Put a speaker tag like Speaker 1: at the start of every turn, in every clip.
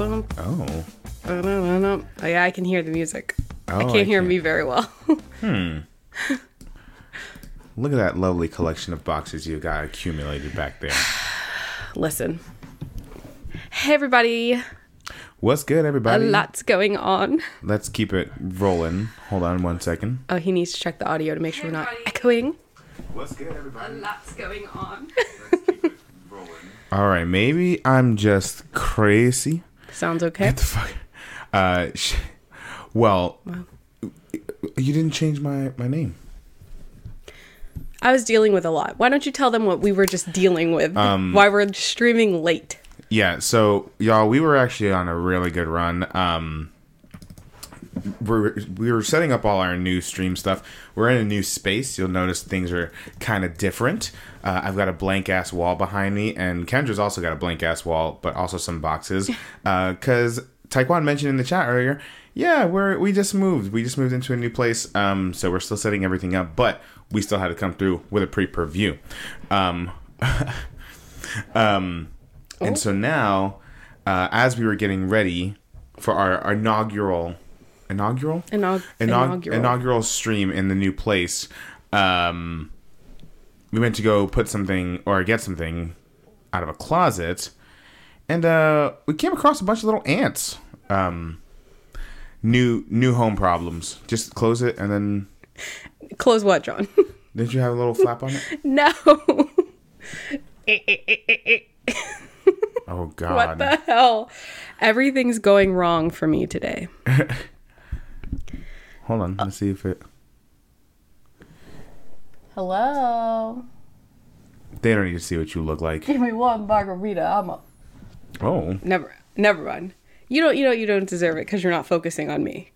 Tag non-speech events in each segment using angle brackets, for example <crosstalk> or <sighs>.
Speaker 1: Oh.
Speaker 2: I don't know. Oh, yeah, I can hear the music. I can't
Speaker 1: Oh, I
Speaker 2: hear
Speaker 1: can't.
Speaker 2: me very well. <laughs>
Speaker 1: Look at that lovely collection of boxes you got accumulated back there.
Speaker 2: Listen. Hey, everybody.
Speaker 1: What's good,
Speaker 2: A
Speaker 1: everybody?
Speaker 2: lot's going on.
Speaker 1: Let's keep it rolling. Hold on one second.
Speaker 2: Oh, he needs to check the audio to make sure we're not
Speaker 3: everybody.
Speaker 2: echoing.
Speaker 1: What's good, everybody?
Speaker 2: Lots going on.
Speaker 1: All right, maybe I'm just crazy. <laughs>
Speaker 2: Sounds okay.
Speaker 1: the fuck? Uh, sh- well, you didn't change my my name.
Speaker 2: I was dealing with a lot. Why don't you tell them what we were just dealing with?
Speaker 1: Um,
Speaker 2: Why we're streaming late.
Speaker 1: Yeah, so y'all, we were actually on a really good run. Um we're, we were setting up all our new stream stuff. We're in a new space. You'll notice things are kind of different. Uh, I've got a blank ass wall behind me, and Kendra's also got a blank ass wall, but also some boxes. Because Taekwon mentioned in the chat earlier, yeah, we're we just moved. We just moved into a new place. Um, so we're still setting everything up, but we still had to come through with a pre per view. Um, and
Speaker 2: Oh.
Speaker 1: so now, uh, as we were getting ready for our inaugural, inaugural,
Speaker 2: Inaug-
Speaker 1: Inaug-
Speaker 2: inaugural.
Speaker 1: inaugural stream in the new place, um, we went to go put something or get something out of a closet, and uh, we came across a bunch of little ants. Um, new new home problems. Just close it, and then
Speaker 2: Close what, John? <laughs>
Speaker 1: did you have a little flap on it?
Speaker 2: no. <laughs>
Speaker 1: Oh God!
Speaker 2: what the hell? Everything's going wrong for me today.
Speaker 1: Hold on, let's see if it.
Speaker 2: Hello.
Speaker 1: They don't need to see what you look like.
Speaker 2: Give me one margarita. I'm a-
Speaker 1: Oh,
Speaker 2: never, never mind. You don't, you know, you don't deserve it because you're not focusing on me.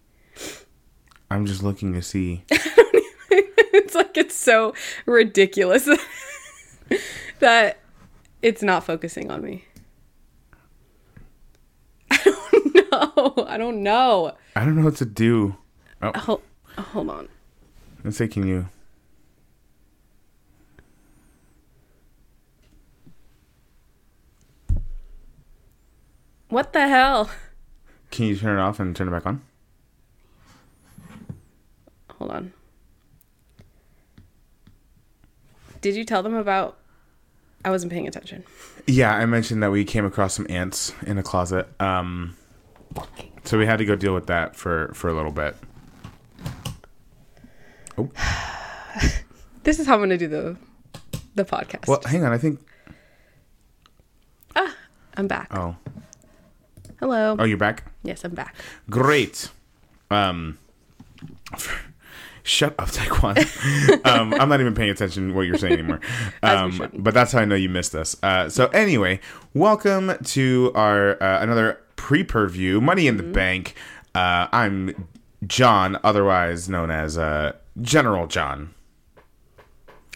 Speaker 2: <laughs>
Speaker 1: I'm just looking to see.
Speaker 2: it's like it's so ridiculous <laughs> that it's not focusing on me. <laughs> I don't know. I don't know.
Speaker 1: I don't know what to do. Oh,
Speaker 2: Hold, hold on.
Speaker 1: it's taking you.
Speaker 2: What the hell?
Speaker 1: Can you turn it off and turn it back on?
Speaker 2: Hold on. Did you tell them about? I wasn't paying attention.
Speaker 1: Yeah, I mentioned that we came across some ants in a closet. Um, so we had to go deal with that for for a little bit. Oh,
Speaker 2: This is how I'm gonna do the, the podcast.
Speaker 1: well, hang on. I think.
Speaker 2: I'm back.
Speaker 1: Oh,
Speaker 2: Hello.
Speaker 1: oh, you're back.
Speaker 2: yes, I'm back.
Speaker 1: Great. Um, <laughs> shut up, Taekwon. <laughs> um, I'm not even paying attention to what you're saying anymore.
Speaker 2: we
Speaker 1: Um,
Speaker 2: shouldn't.
Speaker 1: but that's how I know you missed us. Uh, so anyway, welcome to our uh, another pre-purview, Money in the Bank. Uh, I'm John, otherwise known as uh, General John.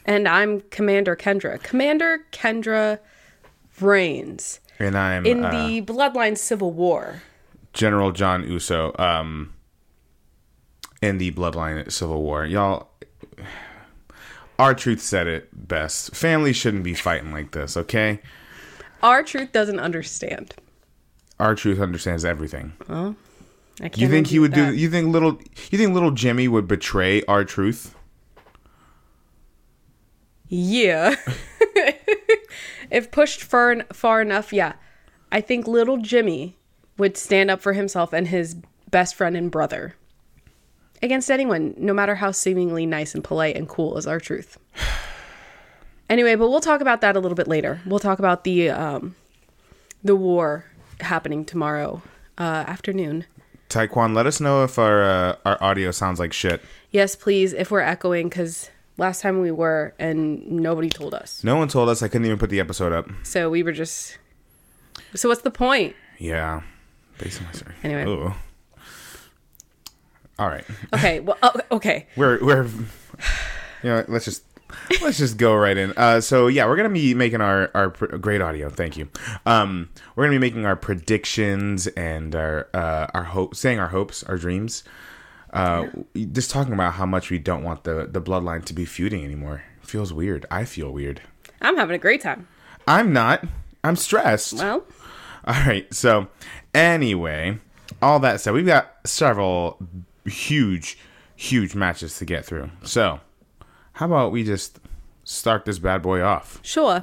Speaker 2: And I'm Commander Kendra. Commander Kendra reigns
Speaker 1: And I'm
Speaker 2: in
Speaker 1: uh,
Speaker 2: the Bloodline Civil War.
Speaker 1: General John Uso um, in the Bloodline Civil War. Y'all, our truth said it best. Family shouldn't be fighting like this, okay?
Speaker 2: Our truth doesn't understand.
Speaker 1: Our truth understands everything.
Speaker 2: I can't
Speaker 1: you think he
Speaker 2: argue
Speaker 1: would
Speaker 2: with
Speaker 1: do?
Speaker 2: that.
Speaker 1: You think little? You think little Jimmy would betray our truth?
Speaker 2: Yeah. <laughs> if pushed far far enough, yeah. I think little Jimmy would stand up for himself and his best friend and brother against anyone, no matter how seemingly nice and polite and cool is our truth. <sighs> Anyway, but we'll talk about that a little bit later. We'll talk about the um, the war happening tomorrow uh, afternoon.
Speaker 1: Taekwon, let us know if our uh, our audio sounds like shit.
Speaker 2: Yes, please, if we're echoing, because last time we were and nobody told us.
Speaker 1: No one told us. I couldn't even put the episode up.
Speaker 2: So we were just. So what's the point?
Speaker 1: Yeah, basically. sorry.
Speaker 2: Anyway.
Speaker 1: Ooh. All right.
Speaker 2: Okay. Well, oh, okay.
Speaker 1: we're we're you know let's just let's just go right in uh so yeah we're gonna be making our our pr- great audio thank you um we're gonna be making our predictions and our uh our hope saying our hopes our dreams uh just talking about how much we don't want the the bloodline to be feuding anymore feels weird i feel weird
Speaker 2: I'm having a great time.
Speaker 1: i'm not i'm stressed
Speaker 2: Well,
Speaker 1: <laughs> All right. So, anyway, all that said, we've got several huge, huge matches to get through. So, how about we just start this bad boy off?
Speaker 2: Sure.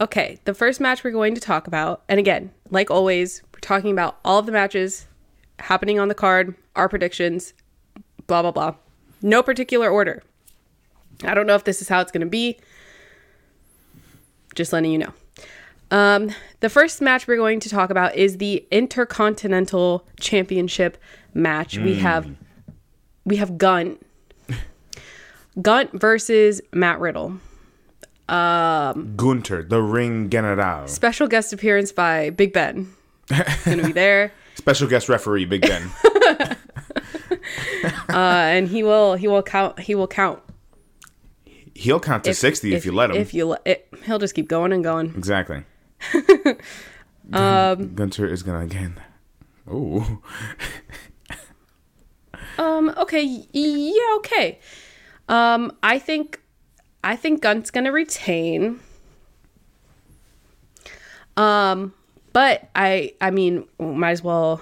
Speaker 2: Okay, the first match we're going to talk about, and again, like always, we're talking about all of the matches happening on the card, our predictions, blah, blah, blah. No particular order. I don't know if this is how it's going to be. Just letting you know. Um, the first match we're going to talk about is the Intercontinental Championship match. We have we have Gunt. Gunt versus Matt Riddle.
Speaker 1: Gunter, the ring general,
Speaker 2: Special guest appearance by Big Ben. He's gonna be
Speaker 1: <laughs>
Speaker 2: there,
Speaker 1: special guest referee Big <laughs> Ben.
Speaker 2: uh, and he will he will count he will count
Speaker 1: He'll count to sixty if, you let him.
Speaker 2: If you let it, he'll just keep going and going.
Speaker 1: <laughs> exactly. um, Gunter is gonna again. Oh,
Speaker 2: Um. Okay. y- Yeah. Okay. Um. I think I think Gunt's gonna retain. Um. But I I mean might as well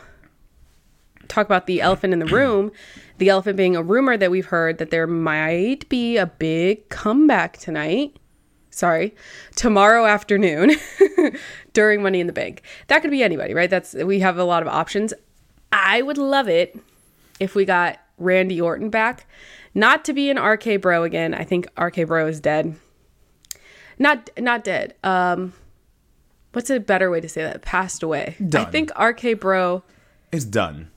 Speaker 2: talk about the elephant in the room. The elephant being a rumor that we've heard that there might be a big comeback tonight. Sorry, tomorrow afternoon <laughs> during Money in the Bank. That could be anybody, right? That's we have a lot of options. I would love it if we got Randy Orton back. Not to be an RK Bro again. I think RK Bro is dead. Not not dead. Um what's a better way to say that? Passed away. I
Speaker 1: Done.
Speaker 2: think RK Bro
Speaker 1: it's done.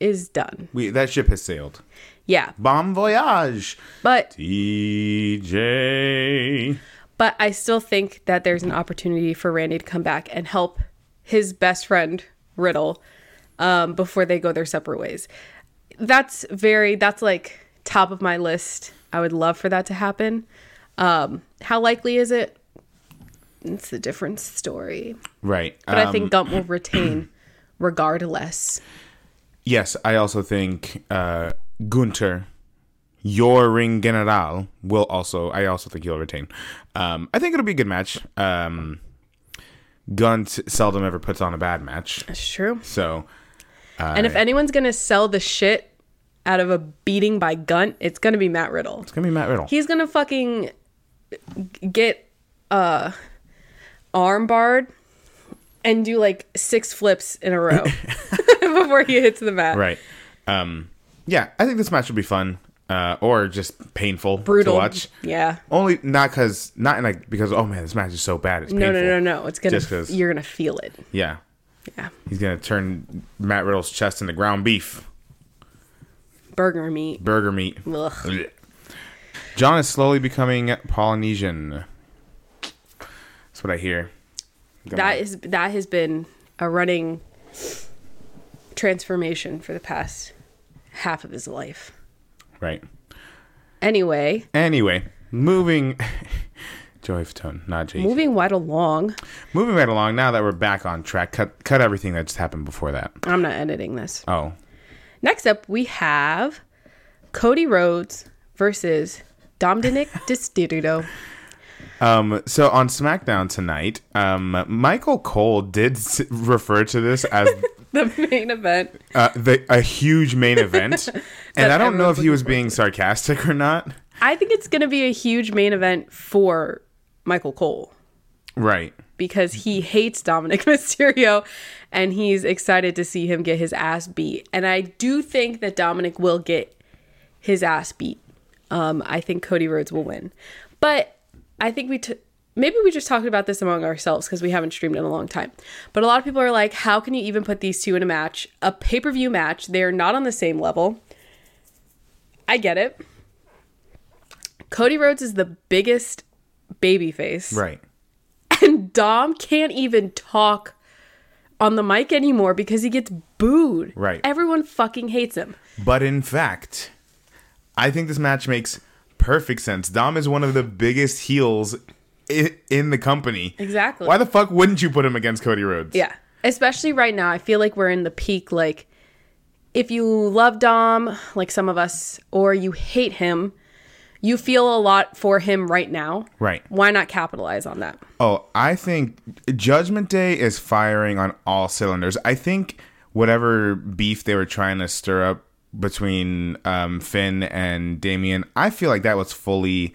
Speaker 2: is done.
Speaker 1: We that ship has sailed.
Speaker 2: Yeah.
Speaker 1: Bon voyage,
Speaker 2: But
Speaker 1: DJ.
Speaker 2: but I still think that there's an opportunity for Randy to come back and help his best friend Riddle um, before they go their separate ways. That's very that's like top of my list. I would love for that to happen. Um, how likely is it? It's a different story,
Speaker 1: Right.
Speaker 2: but I
Speaker 1: um,
Speaker 2: think Gump will retain <clears throat> regardless.
Speaker 1: Yes, I also think uh, Gunter, your ring general, will also. I also think he'll retain. Um, I think it'll be a good match. Um, Gunt seldom ever puts on a bad match,
Speaker 2: That's true.
Speaker 1: so
Speaker 2: and if anyone's gonna sell the shit out of a beating by Gunt, it's gonna be Matt Riddle.
Speaker 1: it's gonna be Matt Riddle.
Speaker 2: he's gonna fucking g- get uh armbarred and do like six flips in a
Speaker 1: <laughs>
Speaker 2: row <laughs> before he hits the mat.
Speaker 1: right. Um, yeah, I think this match will be fun, uh, or just painful
Speaker 2: Brutal.
Speaker 1: to watch.
Speaker 2: Yeah.
Speaker 1: Only not because not in a because oh man, this match is so bad. It's
Speaker 2: No,
Speaker 1: painful.
Speaker 2: no, no, no. It's gonna
Speaker 1: Just 'cause-
Speaker 2: you're gonna feel it.
Speaker 1: Yeah,
Speaker 2: Yeah.
Speaker 1: he's gonna turn Matt Riddle's chest into ground beef,
Speaker 2: Burger meat.
Speaker 1: burger meat.
Speaker 2: Ugh.
Speaker 1: Blech. John is slowly becoming Polynesian. That's what I hear.
Speaker 2: That is that has been a running transformation for the past half of his life.
Speaker 1: right.
Speaker 2: Anyway,
Speaker 1: Anyway, moving. <laughs> Joey Fatone, not Jake.
Speaker 2: moving right along.
Speaker 1: Moving right along. Now that we're back on track, cut cut everything that just happened before that.
Speaker 2: I'm not editing this.
Speaker 1: Oh,
Speaker 2: Next up, we have Cody Rhodes versus <laughs> Dominic Distido.
Speaker 1: um. So on SmackDown tonight, um, Michael Cole did s- refer to this
Speaker 2: <laughs>
Speaker 1: as
Speaker 2: the main event.
Speaker 1: uh, the a huge main
Speaker 2: <laughs>
Speaker 1: event, and I don't know if
Speaker 2: everyone's
Speaker 1: he was
Speaker 2: looking forward
Speaker 1: being sarcastic or not.
Speaker 2: I think it's going to be a huge main event for Michael Cole
Speaker 1: Right.
Speaker 2: because he hates Dominic <laughs> Mysterio and he's excited to see him get his ass beat. And I do think that Dominic will get his ass beat. Um, I think Cody Rhodes will win. But I think we t- maybe we just talked about this among ourselves because we haven't streamed in a long time. But a lot of people are like, how can you even put these two in a match? A pay per view match. They're not on the same level. I get it. Cody Rhodes is the biggest babyface
Speaker 1: Right.
Speaker 2: and Dom can't even talk on the mic anymore because he gets booed.
Speaker 1: Right.
Speaker 2: Everyone fucking hates him.
Speaker 1: But in fact, I think this match makes perfect sense. Dom is one of the biggest heels in, in the company.
Speaker 2: Exactly.
Speaker 1: Why the fuck wouldn't you put him against Cody Rhodes?
Speaker 2: Yeah. Especially right now, I feel like we're in the peak. Like, if you love Dom, like some of us, or you hate him, you feel a lot for him right now.
Speaker 1: Right.
Speaker 2: Why not capitalize on that?
Speaker 1: Oh, I think Judgment Day is firing on all cylinders. I think whatever beef they were trying to stir up between um, Finn and Damien, I feel like that was fully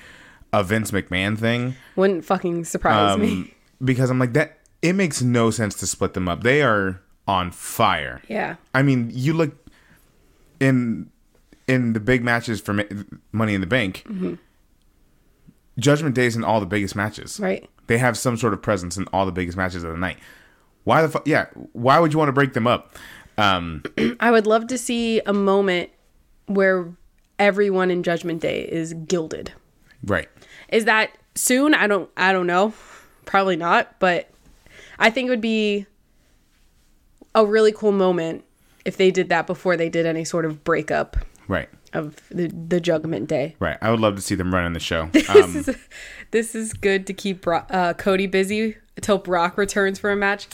Speaker 1: a Vince McMahon
Speaker 2: <laughs>
Speaker 1: thing.
Speaker 2: Wouldn't fucking surprise me.
Speaker 1: Um, because I'm like that. It makes no sense to split them up. They are on fire.
Speaker 2: <laughs> Yeah.
Speaker 1: I mean, you look in in the big matches for Ma- Money in the Bank.
Speaker 2: Mm-hmm.
Speaker 1: Judgment Day's in all the biggest matches.
Speaker 2: Right.
Speaker 1: They have some sort of presence in all the biggest matches of the night. Why the fuck? Yeah. Why would you want to break them up? Um,
Speaker 2: I would love to see a moment where everyone in Judgment Day is gilded.
Speaker 1: right.
Speaker 2: Is that soon? I don't I don't know. Probably not, but I think it would be a really cool moment if they did that before they did any sort of breakup
Speaker 1: Right.
Speaker 2: of the the Judgment Day.
Speaker 1: Right. I would love to see them running the
Speaker 2: <laughs>
Speaker 1: show. Uh,
Speaker 2: This is this is good to keep Bro- uh, Cody busy until Brock returns for a match.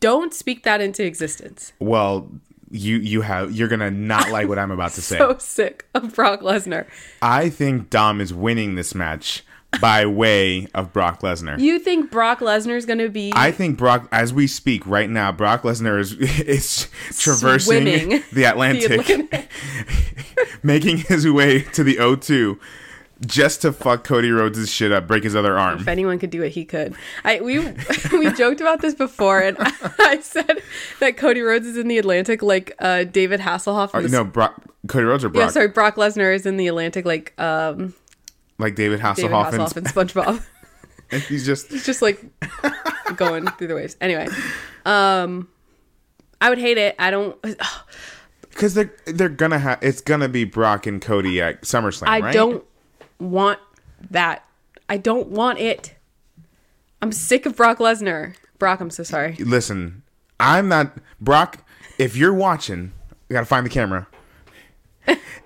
Speaker 2: Don't speak that into existence.
Speaker 1: well, you you have you're gonna not like what I'm about
Speaker 2: <laughs>
Speaker 1: to say.
Speaker 2: So sick of Brock Lesnar.
Speaker 1: I think Dom is winning this match by way of Brock Lesnar.
Speaker 2: You think Brock Lesnar's going to be
Speaker 1: I think Brock, as we speak right now, Brock Lesnar is <laughs> is traversing
Speaker 2: Swimming.
Speaker 1: the Atlantic,
Speaker 2: the Atlantic?
Speaker 1: <laughs> making his way to the O2 just to fuck Cody Rhodes' shit up, break his other arm.
Speaker 2: if anyone could do it, he could. I we <laughs> we joked about this before, and <laughs> I said that Cody Rhodes is in the Atlantic like uh, David Hasselhoff. From the
Speaker 1: No, Brock, Cody Rhodes or Brock,
Speaker 2: yeah, sorry, Brock Lesnar is in the Atlantic like um,
Speaker 1: like David
Speaker 2: David
Speaker 1: Hasselhoff,
Speaker 2: Hasselhoff and
Speaker 1: <laughs>
Speaker 2: SpongeBob. <laughs>
Speaker 1: and he's just
Speaker 2: He's just like going through the waves. Anyway, um, I would hate it. I don't.
Speaker 1: because they're they're gonna have it's gonna be Brock and Cody at SummerSlam.
Speaker 2: I
Speaker 1: right?
Speaker 2: don't want that. I don't want it. I'm sick of Brock Lesnar. Brock, I'm so sorry.
Speaker 1: listen. I'm not Brock. If you're watching, I gotta find the camera.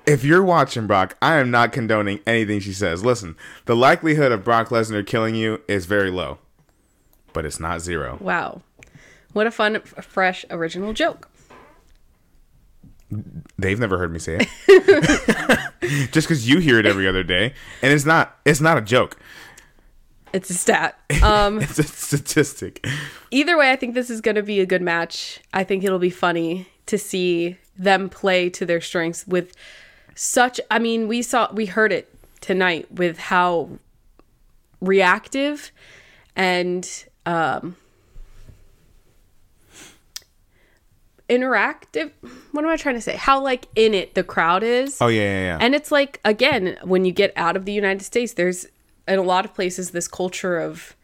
Speaker 1: if you're watching Brock, I am not condoning anything she says. Listen, the likelihood of Brock Lesnar killing you is very low, but it's not zero.
Speaker 2: Wow. What a fun, f- fresh, original joke.
Speaker 1: They've never heard me say it.
Speaker 2: <laughs>
Speaker 1: Just because you hear it every other day, and it's not it's not a joke.
Speaker 2: It's a stat. Um,
Speaker 1: It's a statistic.
Speaker 2: either way, I think this is going to be a good match. I think it'll be funny to see them play to their strengths with such. I mean, we saw, we heard it tonight with how reactive and um, interactive. What am I trying to say? How like in it the crowd is.
Speaker 1: Oh yeah, yeah, yeah.
Speaker 2: And it's like again, when you get out of the United States, there's in a lot of places this culture of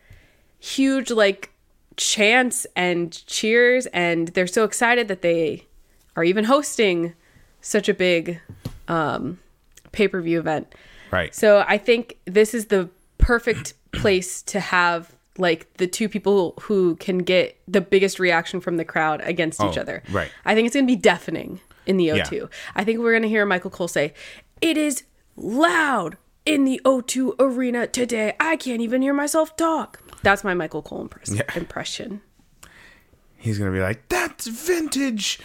Speaker 2: huge like chants and cheers and they're so excited that they are even hosting such a big um pay-per-view event.
Speaker 1: right.
Speaker 2: So I think this is the perfect place to have like the two people who can get the biggest reaction from the crowd against each
Speaker 1: Oh,
Speaker 2: other.
Speaker 1: right.
Speaker 2: I think it's going to be deafening in the O2.
Speaker 1: Yeah.
Speaker 2: I think we're going to hear Michael Cole say, "It is loud in the O2 arena today. I can't even hear myself talk." That's my Michael Cole impress- impression.
Speaker 1: He's gonna be like, "That's vintage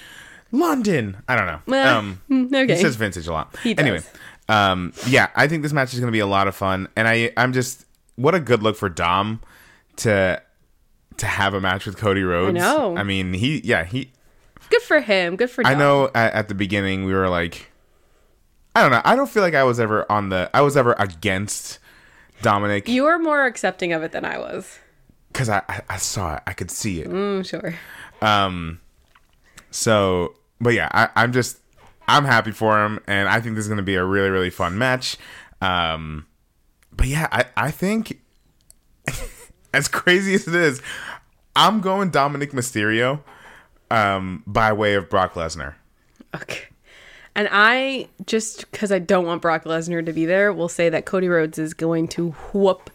Speaker 1: London." I don't know.
Speaker 2: Uh,
Speaker 1: <laughs> Um,
Speaker 2: <laughs> okay.
Speaker 1: He says vintage a lot.
Speaker 2: He does.
Speaker 1: Anyway, um, yeah, I think this match is gonna be a lot of fun, and I I'm just what a good look for Dom to to have a match with Cody Rhodes.
Speaker 2: know.
Speaker 1: I mean, he yeah he.
Speaker 2: Good for him. Good for
Speaker 1: I
Speaker 2: Dom.
Speaker 1: know at, at the beginning we were like, I don't know. I don't feel like I was ever on the I was ever against Dominic
Speaker 2: You were more accepting of it than I was.
Speaker 1: because I, I I saw it I could see it.
Speaker 2: Mm, sure.
Speaker 1: So, but yeah, I, I'm just I'm happy for him, and I think this is going to be a really really fun match. Um, but yeah, I I think <laughs> as crazy as it is, I'm going Dominic Mysterio um, by way of Brock Lesnar.
Speaker 2: Okay. And I just because I don't want Brock Lesnar to be there, will say that Cody Rhodes is going to whoop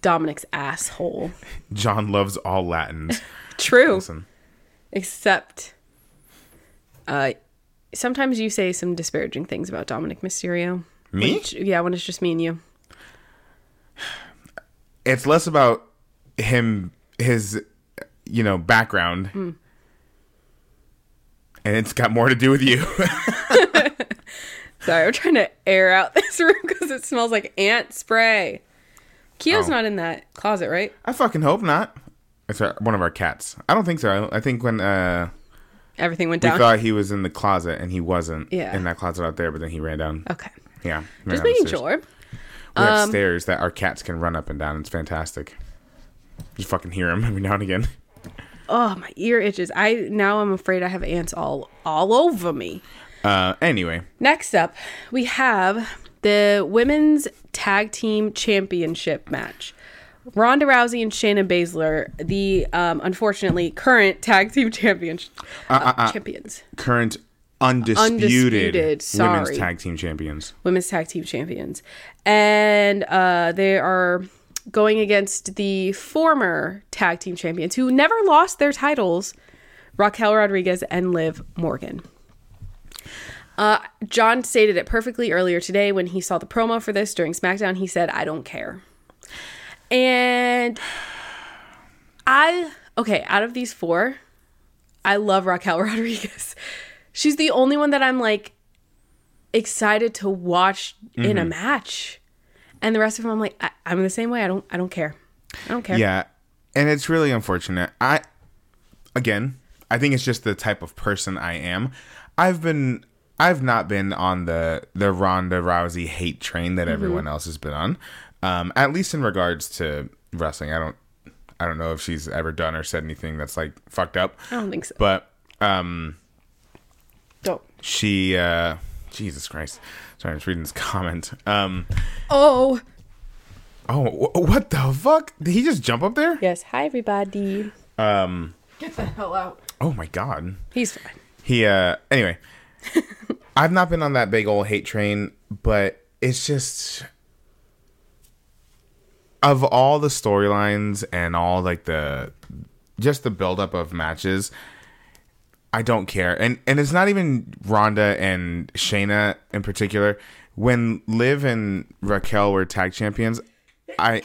Speaker 2: Dominic's asshole.
Speaker 1: John loves all Latins.
Speaker 2: True.
Speaker 1: Listen.
Speaker 2: Except, uh, sometimes you say some disparaging things about Dominic Mysterio.
Speaker 1: Me?
Speaker 2: Which- yeah, when it's just me and you.
Speaker 1: It's less about him his you know background. And it's got more to do with you.
Speaker 2: Sorry, I'm trying to air out <laughs> this room because it smells like ant spray. Keo's
Speaker 1: Oh.
Speaker 2: not in that closet, right?
Speaker 1: I fucking hope not. It's our, one of our cats. I don't think so. I, I think when uh,
Speaker 2: Everything went
Speaker 1: we
Speaker 2: down.
Speaker 1: thought he was in the closet and he wasn't
Speaker 2: Yeah.
Speaker 1: in that closet out there, but then he ran down.
Speaker 2: okay.
Speaker 1: Yeah, ran
Speaker 2: Just
Speaker 1: down the
Speaker 2: making
Speaker 1: stairs.
Speaker 2: sure. Um,
Speaker 1: We have stairs that our cats can run up and down. It's fantastic. You fucking hear them <laughs> every now and again.
Speaker 2: Oh, my ear itches. I now I'm afraid I have ants all all over me.
Speaker 1: Uh, anyway,
Speaker 2: Next up, we have the women's tag team championship match. Ronda Rousey and Shayna Baszler, the um, unfortunately current tag team champions. uh, champions.
Speaker 1: current undisputed,
Speaker 2: Undisputed, sorry.
Speaker 1: women's tag team champions.
Speaker 2: women's tag team champions. And uh, they are going against the former tag team champions who never lost their titles, Raquel Rodriguez and Liv Morgan. Uh, John stated it perfectly earlier today when he saw the promo for this during SmackDown. He said, I don't care. And I, okay, out of these four, I love Raquel <laughs> Rodriguez. She's the only one that I'm like, excited to watch in a
Speaker 1: Mm-hmm.
Speaker 2: match, and the rest of them, I'm like, I- I'm the same way. I don't, I don't care. I don't <laughs> care.
Speaker 1: Yeah, and it's really unfortunate. I again, I think it's just the type of person I am. I've been I've not been on the the Ronda Rousey hate train that everyone else has been on. Um at least in regards to wrestling. I don't I don't know if she's ever done or said anything that's like fucked up.
Speaker 2: I don't think so.
Speaker 1: But
Speaker 2: Don't.
Speaker 1: she uh Jesus Christ. Sorry, I was reading this <laughs> comment. Um
Speaker 2: Oh
Speaker 1: oh, wh- what the fuck? Did he just jump up there?
Speaker 2: yes. Hi everybody. Um. Get the hell out.
Speaker 1: Oh my god.
Speaker 2: He's fine.
Speaker 1: He uh anyway. I've not been on that big old hate train, but it's just of all the storylines and all like the just the buildup of matches, I don't care. And and it's not even Ronda and Shayna in particular. When Liv and Raquel were tag champions, I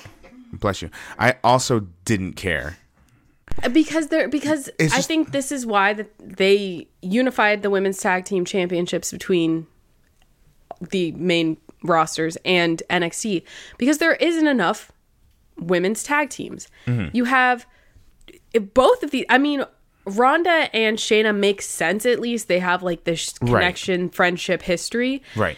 Speaker 1: bless you. I also didn't care.
Speaker 2: because they're because
Speaker 1: It's
Speaker 2: I
Speaker 1: just-
Speaker 2: think this is why that they unified the women's tag team championships between the main rosters and NXT because there isn't enough women's tag teams.
Speaker 1: Mm-hmm.
Speaker 2: You have if both of the I mean Rhonda and Shayna make sense at least they have like this connection, friendship, history.
Speaker 1: Right.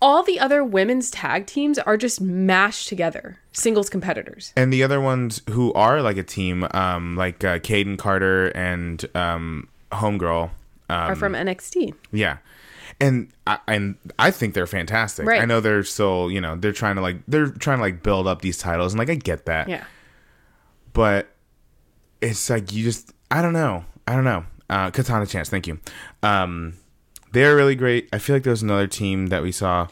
Speaker 2: All the other women's tag teams are just mashed together, singles competitors.
Speaker 1: and the other ones who are like a team, um, like uh, Caden Carter and um, Homegirl, uh,
Speaker 2: are from NXT.
Speaker 1: yeah, and I, and I think they're fantastic.
Speaker 2: Right.
Speaker 1: I know they're still, you know, they're trying to like they're trying to like build up these titles, and like I get that,
Speaker 2: Yeah.
Speaker 1: but it's like you just I don't know, I don't know. Uh, Katana Chance, thank you. Um, they're really great. I feel like there was another team that we saw.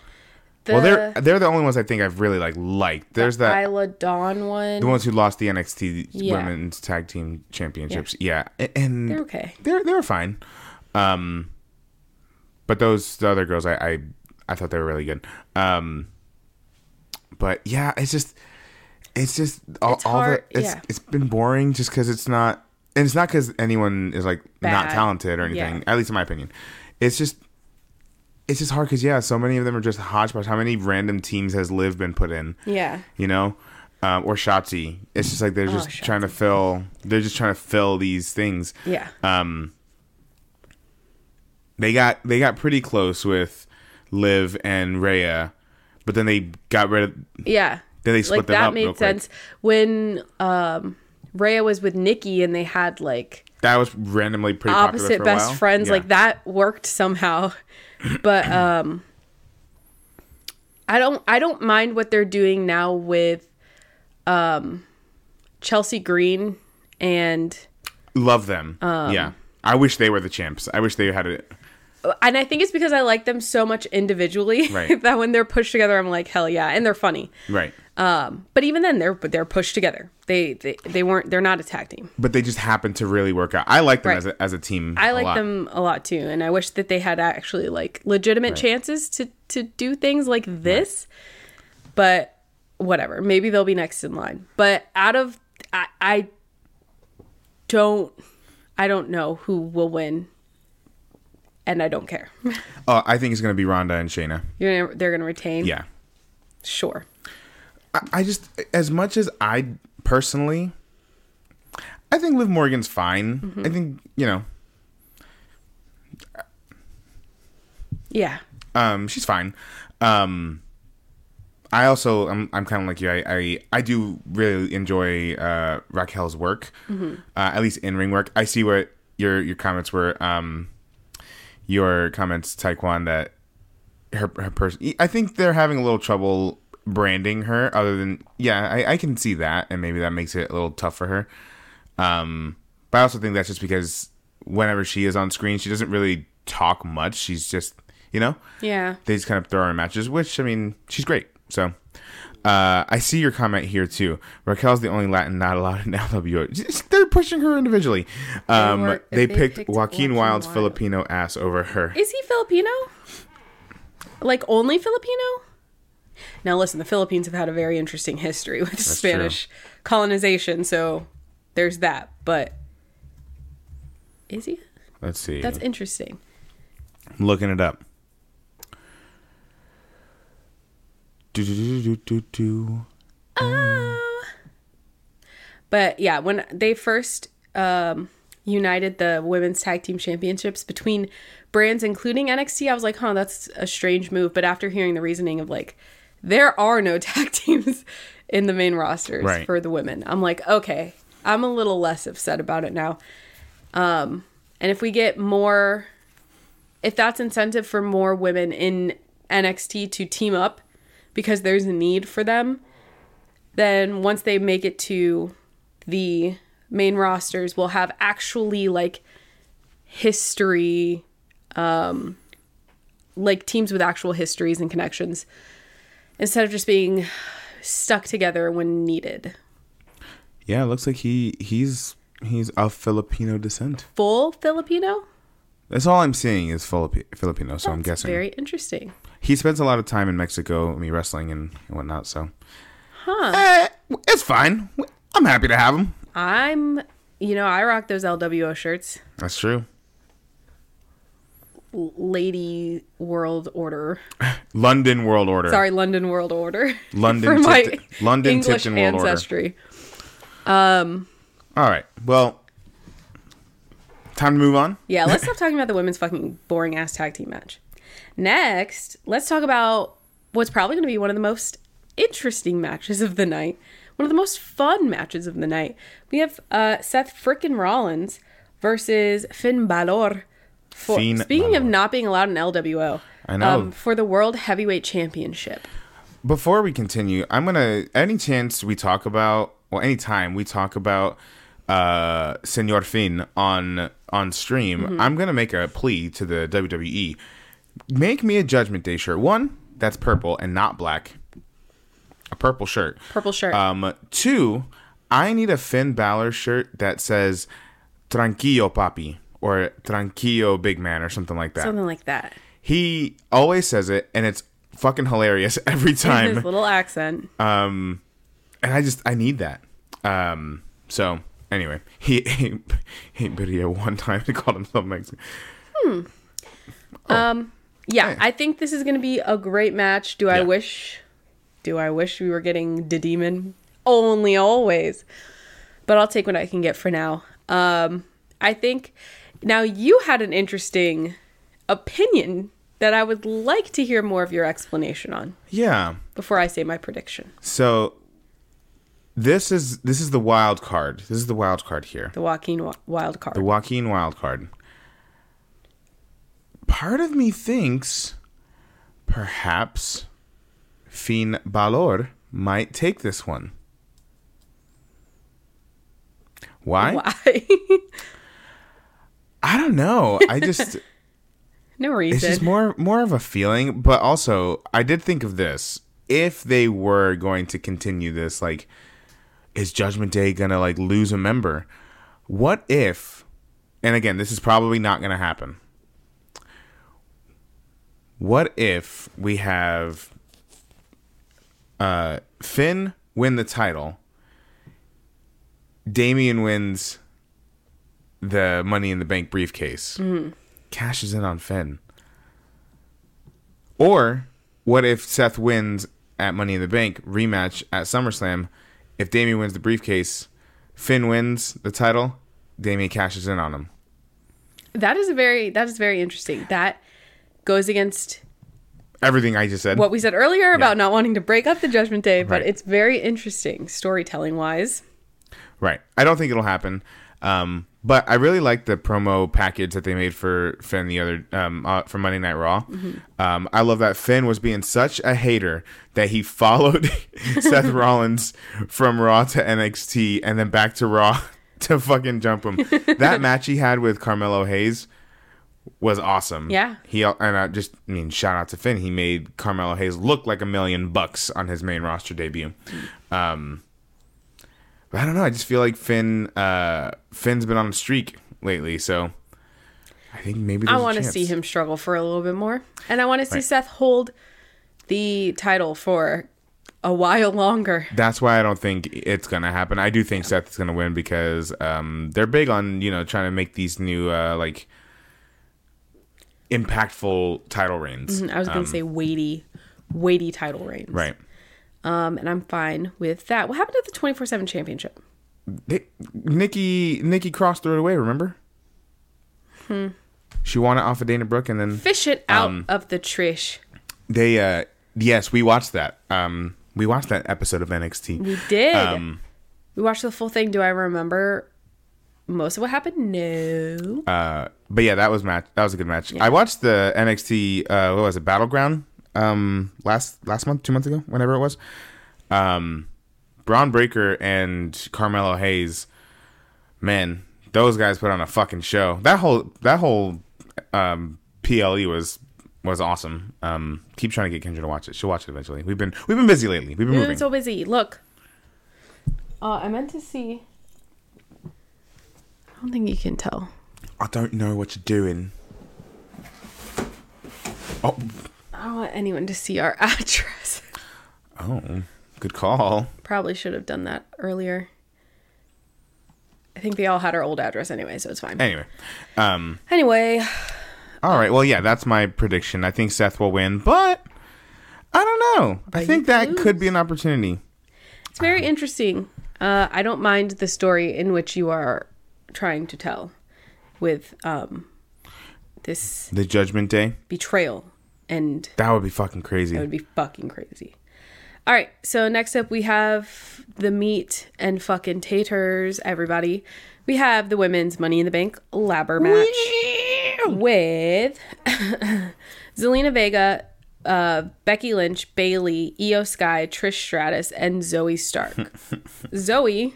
Speaker 1: well, they're
Speaker 2: The-
Speaker 1: they're the only ones I think I've really like liked. There's that
Speaker 2: Isla Dawn one.
Speaker 1: the ones who lost the NXT
Speaker 2: Yeah.
Speaker 1: Women's Tag Team Championships. Yeah, A- and
Speaker 2: They're okay.
Speaker 1: They're they're fine. Um, but those the other girls, I I, I thought they were really good. Um, but yeah, it's just it's just all, all the
Speaker 2: hard-
Speaker 1: it's
Speaker 2: yeah.
Speaker 1: it's been boring just because it's not and it's not because anyone is like not
Speaker 2: Bad.
Speaker 1: talented or anything.
Speaker 2: Yeah.
Speaker 1: At least in my opinion, it's just. It's just hard because yeah, so many of them are just hodgepodge. How many random teams has Liv been put in?
Speaker 2: Yeah.
Speaker 1: you know, um, or Shotzi. It's just like they're just
Speaker 2: Oh, Shotzi.
Speaker 1: trying to fill. They're just trying to fill these things.
Speaker 2: Yeah.
Speaker 1: Um, they got they got pretty close with Liv and Rhea, but then they got rid of.
Speaker 2: yeah.
Speaker 1: Then they split
Speaker 2: like
Speaker 1: them
Speaker 2: that
Speaker 1: up real
Speaker 2: made
Speaker 1: quick.
Speaker 2: sense when um Rhea was with Nikki and they had like
Speaker 1: That was randomly pretty popular
Speaker 2: opposite
Speaker 1: for a
Speaker 2: best
Speaker 1: while.
Speaker 2: friends.
Speaker 1: Yeah.
Speaker 2: Like that worked somehow.
Speaker 1: <clears throat>
Speaker 2: But um I don't I don't mind what they're doing now with um Chelsea Green and
Speaker 1: Love them.
Speaker 2: Um,
Speaker 1: yeah. I wish they were the champs. I wish they had it.
Speaker 2: and I think it's because I like them so much individually
Speaker 1: Right.
Speaker 2: <laughs> that when they're pushed together I'm like hell yeah and they're funny.
Speaker 1: Right.
Speaker 2: Um, but even then, they're but they're pushed together. They they, they weren't they're not a tag team.
Speaker 1: But they just happened to really work out. I like them
Speaker 2: Right.
Speaker 1: as, a, as a team.
Speaker 2: I
Speaker 1: a
Speaker 2: like
Speaker 1: lot.
Speaker 2: them a lot too, and I wish that they had actually like legitimate chances to to do things like this. But whatever, maybe they'll be next in line. But out of I, I don't I don't know who will win and I
Speaker 1: <laughs>
Speaker 2: don't care.
Speaker 1: Uh, I think it's going to be Rhonda and Shayna.
Speaker 2: You're gonna, they're going to retain.
Speaker 1: Yeah.
Speaker 2: Sure.
Speaker 1: I, I just, as much as I personally, I think Liv Morgan's fine. I think, you know,
Speaker 2: Yeah.
Speaker 1: um, she's fine. Um, I also, I'm, I'm kind of like you. I, I, I do really enjoy uh, Raquel's work, uh, at least in ring work. I see what your your comments were. Um, your comments, Taekwon, that her her person. I think they're having a little trouble branding her. Other than yeah, I, I can see that, and maybe that makes it a little tough for her. Um, but I also think that's just because whenever she is on screen, she doesn't really talk much. She's just you know
Speaker 2: Yeah.
Speaker 1: they just kind of throw her in matches, which I mean, she's great. So uh, I see your comment here too. Raquel's the only Latin not allowed in <laughs> LWO. They're pushing her individually. Um, they,
Speaker 2: were- they
Speaker 1: picked,
Speaker 2: picked
Speaker 1: Joaquin,
Speaker 2: Joaquin
Speaker 1: Wild's
Speaker 2: Wild.
Speaker 1: Filipino ass over her.
Speaker 2: Is he Filipino? Like only Filipino? Now listen, the Philippines have had a very interesting history with
Speaker 1: true.
Speaker 2: Spanish colonization, so there's that. But is he?
Speaker 1: Let's see.
Speaker 2: That's interesting.
Speaker 1: Looking it up. Do-do-do-do-do-do.
Speaker 2: But yeah, when they first um, united the women's tag team championships between brands, including NXT, I was like, huh, that's a strange move. But after hearing the reasoning of like, there are no <laughs> tag teams in the main rosters
Speaker 1: Right.
Speaker 2: for the women, I'm like, okay, I'm a little less upset about it now. Um, and if we get more, if that's incentive for more women in NXT to team up because there's a need for them, then once they make it to the main rosters, we'll have actually like history, um, like teams with actual histories and connections instead of just being stuck together when needed.
Speaker 1: Yeah, it looks like he he's he's of Filipino descent.
Speaker 2: Full Filipino?
Speaker 1: That's all I'm seeing is Filipi- Filipino, so I'm
Speaker 2: That's
Speaker 1: guessing.
Speaker 2: Very interesting.
Speaker 1: he spends a lot of time in Mexico, I mean, wrestling and, and whatnot. So,
Speaker 2: Huh.
Speaker 1: Eh, it's fine. I'm happy to have him.
Speaker 2: I'm, you know, I rock those LWO shirts.
Speaker 1: That's true.
Speaker 2: L- Lady World Order.
Speaker 1: London World Order.
Speaker 2: Sorry, London World Order. <laughs>
Speaker 1: London
Speaker 2: For my
Speaker 1: Tipton- London
Speaker 2: English
Speaker 1: Tipton World Order.
Speaker 2: ancestry.
Speaker 1: All right. Well, time to move on.
Speaker 2: Yeah, let's stop talking about the women's fucking boring ass tag team match. Next, let's talk about what's probably going to be one of the most interesting matches of the night, one of the most fun matches of the night. We have uh, Seth frickin' Rollins versus Finn Balor. For,
Speaker 1: Finn
Speaker 2: speaking of
Speaker 1: Balor.
Speaker 2: not being allowed in LWO,
Speaker 1: I know.
Speaker 2: um, for the World Heavyweight Championship.
Speaker 1: Before we continue, I'm gonna any chance we talk about well, any time we talk about uh Senor Finn on on stream,
Speaker 2: Mm-hmm.
Speaker 1: I'm gonna make a plea to the WWE. Make me a Judgment Day shirt. One that's purple and not black. A purple shirt.
Speaker 2: Purple shirt.
Speaker 1: Um, two, I need a Finn Balor shirt that says "Tranquillo, papi" or "Tranquillo, big man" or something like that.
Speaker 2: Something like that. <laughs>
Speaker 1: he always says it, and it's fucking hilarious <laughs> every
Speaker 2: His
Speaker 1: time.
Speaker 2: little accent.
Speaker 1: and I just I need that. Um, so anyway, <laughs> he he hate video one time. <laughs> He called himself Mexican.
Speaker 2: Yeah, I think this is going to be a great match. Do I
Speaker 1: Yeah.
Speaker 2: wish? Do I wish we were getting the demon? Only always, but I'll take what I can get for now. Um, I think now you had an interesting opinion that I would like to hear more of your explanation on
Speaker 1: Yeah.
Speaker 2: before I say my prediction.
Speaker 1: So this is this is the wild card. This is the wild card here.
Speaker 2: The Joaquin Wi- wild card.
Speaker 1: The
Speaker 2: <laughs>
Speaker 1: Joaquin wild card. Part of me thinks perhaps Finn Balor might take this one. Why?
Speaker 2: Why?
Speaker 1: I don't know. I just
Speaker 2: no
Speaker 1: it's
Speaker 2: reason.
Speaker 1: just more more of a feeling, but also I did think of this. If they were going to continue this like is Judgment Day gonna like lose a member? What if, and again, this is probably not gonna happen. What if we have uh, Finn win the title, Damien wins the Money in the Bank briefcase, cashes in on Finn. Or what if Seth wins at Money in the Bank rematch at SummerSlam? If Damien wins the briefcase, Finn wins the title. Damien cashes in on him.
Speaker 2: That is a very that is very interesting. That goes against
Speaker 1: Everything I just said.
Speaker 2: what we said earlier about not wanting to break up the Judgment Day, but
Speaker 1: Right.
Speaker 2: it's very interesting storytelling wise.
Speaker 1: Right. I don't think it'll happen. Um, but I really like the promo package that they made for Finn the other um, uh, for Monday Night Raw. Um, I love that Finn was being such a hater that he followed Seth Rollins from Raw to NXT and then back to Raw <laughs> to fucking jump him. that match he had with Carmelo Hayes was awesome.
Speaker 2: Yeah.
Speaker 1: He and I just I mean shout out to Finn. He made Carmelo Hayes look like a million bucks on his main roster debut. But I don't know. I just feel like Finn uh, Finn's been on a streak lately, so I think maybe
Speaker 2: I
Speaker 1: there's a
Speaker 2: want to
Speaker 1: chance.
Speaker 2: see him struggle for a little bit more, and I want to see
Speaker 1: Right.
Speaker 2: Seth hold the title for a while longer.
Speaker 1: That's why I don't think it's gonna happen. I do think Seth is gonna win because um, they're big on you know trying to make these new uh, like impactful title reigns,
Speaker 2: I was going to say weighty, weighty title reigns,
Speaker 1: Um, right?
Speaker 2: Um, and I'm fine with that. What happened to the 24 seven championship?
Speaker 1: They, Nikki Nikki Cross threw it away. Remember? Hmm. She won it off of Dana Brooke, and then
Speaker 2: Fish it out
Speaker 1: Um,
Speaker 2: of the Trish.
Speaker 1: they uh, yes, we watched that. Um, we watched that episode of NXT.
Speaker 2: We did.
Speaker 1: um,
Speaker 2: we watched the full thing. Do I remember most of what happened? No.
Speaker 1: Uh, but yeah, that was match. That was a good match. I watched the NXT. Uh, what was it? Battleground. Um, last last month, two months ago, whenever it was. Um, Braun Breaker and Carmelo Hayes. Man, those guys put on a fucking show. That whole that whole um PLE was was awesome. Um, keep trying to get Kendra to watch it. She'll watch it eventually. We've been we've been busy lately. We've been
Speaker 2: We've
Speaker 1: moving.
Speaker 2: been so busy. Look. Uh, I meant to see. I don't think you can tell.
Speaker 1: I don't know what you're doing. Oh,
Speaker 2: I don't want anyone to see our <laughs> address.
Speaker 1: oh, good call.
Speaker 2: Probably should have done that earlier. I think they all had our old address anyway, so it's fine.
Speaker 1: Anyway, um,
Speaker 2: Anyway,
Speaker 1: all right. Well, yeah, that's my prediction. I think Seth will win, but I don't know. I think that could be an opportunity.
Speaker 2: it's very interesting. Uh, I don't mind the story in which you are trying to tell with um, this
Speaker 1: The Judgment Day.
Speaker 2: betrayal and
Speaker 1: That would be fucking
Speaker 2: It
Speaker 1: crazy.
Speaker 2: would be fucking crazy. All right, so next up we have the meat and fucking taters, everybody. We have the women's Money in the Bank labber match with Zelina Vega, uh, Becky Lynch, Bailey, Io Sky, Trish Stratus, and Zoe Stark. Zoe,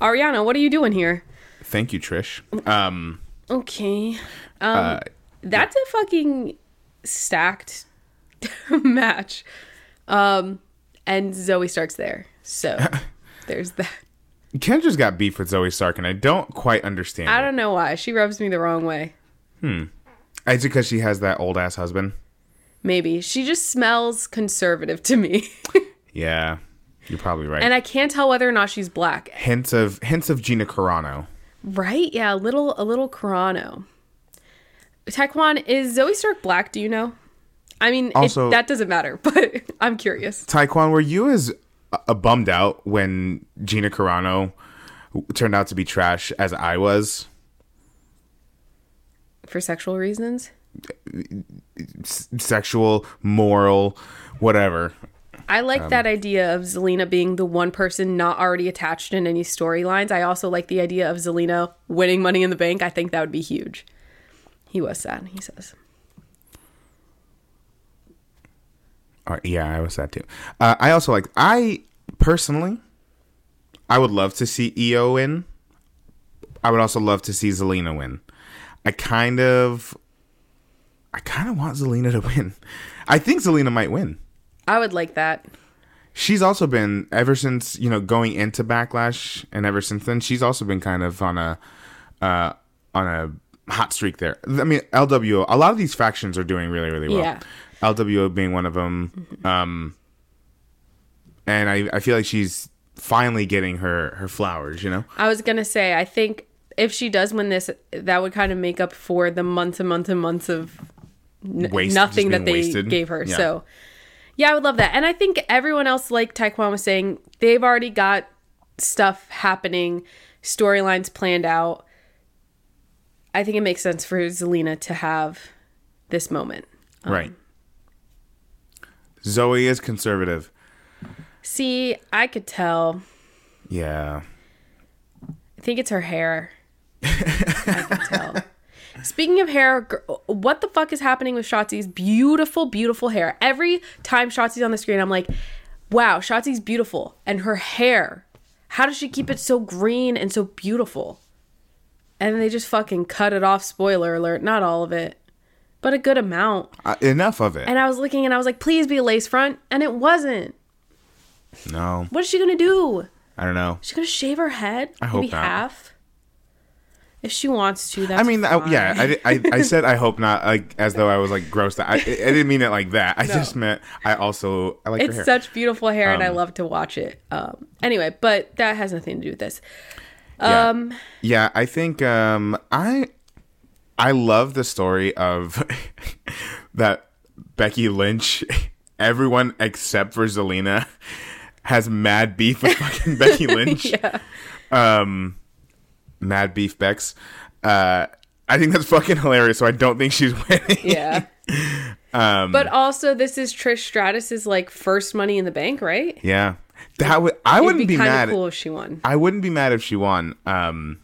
Speaker 2: Ariana, what are you doing here?
Speaker 1: Thank you, Trish. Um,
Speaker 2: Okay, um, that's a fucking stacked <laughs> match. Um, and Zoe Stark's there, so there's that.
Speaker 1: Kendra's got beef with Zoe Stark, and I don't quite understand.
Speaker 2: I
Speaker 1: I
Speaker 2: don't know why she rubs me the wrong way.
Speaker 1: It's because she has that old ass husband.
Speaker 2: Maybe she just smells conservative to me, <laughs>
Speaker 1: Yeah, you're probably right.
Speaker 2: and I can't tell whether or not she's black.
Speaker 1: hints of hints of Gina Carano.
Speaker 2: Right? Yeah, a little, a little Carano. Taekwon, is Zoe Stark black? Do you know? I mean, it-
Speaker 1: Also-
Speaker 2: that doesn't matter, <laughs> but I'm curious.
Speaker 1: Taekwon, were you as uh, bummed out when Gina Carano turned out to be trash as I was?
Speaker 2: For sexual reasons,
Speaker 1: sexual, moral, whatever.
Speaker 2: I like that idea of Zelina being the one person not already attached in any storylines. I also like the idea of Zelina winning Money in the Bank. I think that would be huge. He was sad, he says.
Speaker 1: Or, yeah, I was that too. Uh, I also like. I personally, I would love to see Io win. I would also love to see Zelina win. I kind of, I kind of want Zelina to <laughs> win. I think Zelina might win.
Speaker 2: I would like that.
Speaker 1: She's also been ever since you know going into Backlash, and ever since then, she's also been kind of on a uh, on a hot streak there. I mean, LWO. A lot of these factions are doing really, really well.
Speaker 2: Yeah. Mm-hmm.
Speaker 1: LWO being one of them. Um, and I, I feel like she's finally getting her her flowers. You know,
Speaker 2: I was going to say, I think if she does win this, that would kind of make up for the months and months and months of n-
Speaker 1: Waste-
Speaker 2: nothing
Speaker 1: just
Speaker 2: that they
Speaker 1: being wasted.
Speaker 2: gave her.
Speaker 1: Yeah.
Speaker 2: So, yeah, I would love that. And I think everyone else, like Taekwon was saying, they've already got stuff happening, storylines planned out. I think it makes sense for Zelina to have this moment.
Speaker 1: right. Zoe is conservative.
Speaker 2: See, I could tell.
Speaker 1: Yeah.
Speaker 2: I think it's her hair. I can tell. Speaking of hair, gr- what the fuck is happening with Shotzi's beautiful, beautiful hair? Every time Shotzi's on the screen, I'm like, wow, Shotzi's beautiful. And her hair, how does she keep it so green and so beautiful? And they just fucking cut it off. Spoiler alert, not all of it, but a good amount.
Speaker 1: Uh, enough of it.
Speaker 2: And I was looking and I was like, please be a lace front. And it wasn't.
Speaker 1: no,
Speaker 2: What is she gonna do?
Speaker 1: I don't know.
Speaker 2: She gonna shave her head?
Speaker 1: I hope
Speaker 2: Maybe
Speaker 1: not.
Speaker 2: half. If she wants to, that's
Speaker 1: I mean, I, yeah,
Speaker 2: fine.
Speaker 1: I, di- I, I said I hope not, like as though I was like grossed out. I, I didn't mean it like that. I just meant I also I like her
Speaker 2: it's
Speaker 1: hair.
Speaker 2: such beautiful hair, and I love to watch it. Um, anyway, but that has nothing to do with this.
Speaker 1: Yeah.
Speaker 2: Um,
Speaker 1: yeah, I think um, I I love the story of <laughs> that Becky Lynch. <laughs> Everyone except for Zelina has mad beef with fucking Becky Lynch.
Speaker 2: <laughs>
Speaker 1: Um,
Speaker 2: yeah,
Speaker 1: Mad beef Bex. Uh, I think that's fucking hilarious. So I don't think she's <laughs> winning.
Speaker 2: <laughs> yeah.
Speaker 1: Um,
Speaker 2: but also, this is Trish Stratus's like first Money in the Bank, right?
Speaker 1: Yeah. That would I wouldn't
Speaker 2: It'd
Speaker 1: be,
Speaker 2: be, kind
Speaker 1: mad.
Speaker 2: of cool if she won.
Speaker 1: I wouldn't be mad if she won. Um,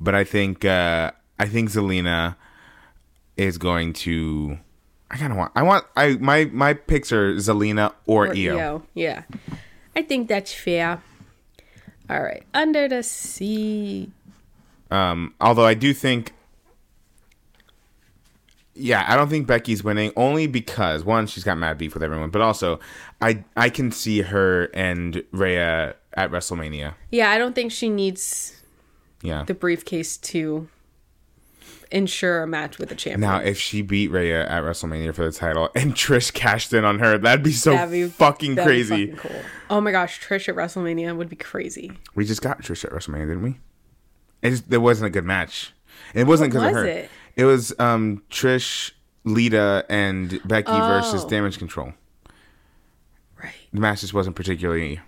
Speaker 1: but I think uh, I think Zelina is going to. I kind of want. I want. I my my picks are Zelina or,
Speaker 2: Or
Speaker 1: Io.
Speaker 2: EO, yeah. I think that's fair. All right, under the sea.
Speaker 1: Um, although I do think. Yeah, I don't think Becky's winning only because one, she's got mad beef with everyone, but also, I I can see her and Rhea at WrestleMania.
Speaker 2: Yeah, I don't think she needs
Speaker 1: Yeah.
Speaker 2: the briefcase to ensure a match with the champion.
Speaker 1: Now, if she beat Rhea at WrestleMania for the title and <laughs> Trish cashed in on her, that'd be so
Speaker 2: That'd be-
Speaker 1: fucking
Speaker 2: that'd be
Speaker 1: crazy.
Speaker 2: fucking cool. Oh my gosh, Trish at WrestleMania would be crazy.
Speaker 1: We just got Trish at WrestleMania, didn't we? It just, there wasn't a good match. It wasn't because of
Speaker 2: was
Speaker 1: her.
Speaker 2: it?
Speaker 1: It was um, Trish, Lita, and Becky versus
Speaker 2: Oh.
Speaker 1: Damage Control.
Speaker 2: Right.
Speaker 1: The match just wasn't particularly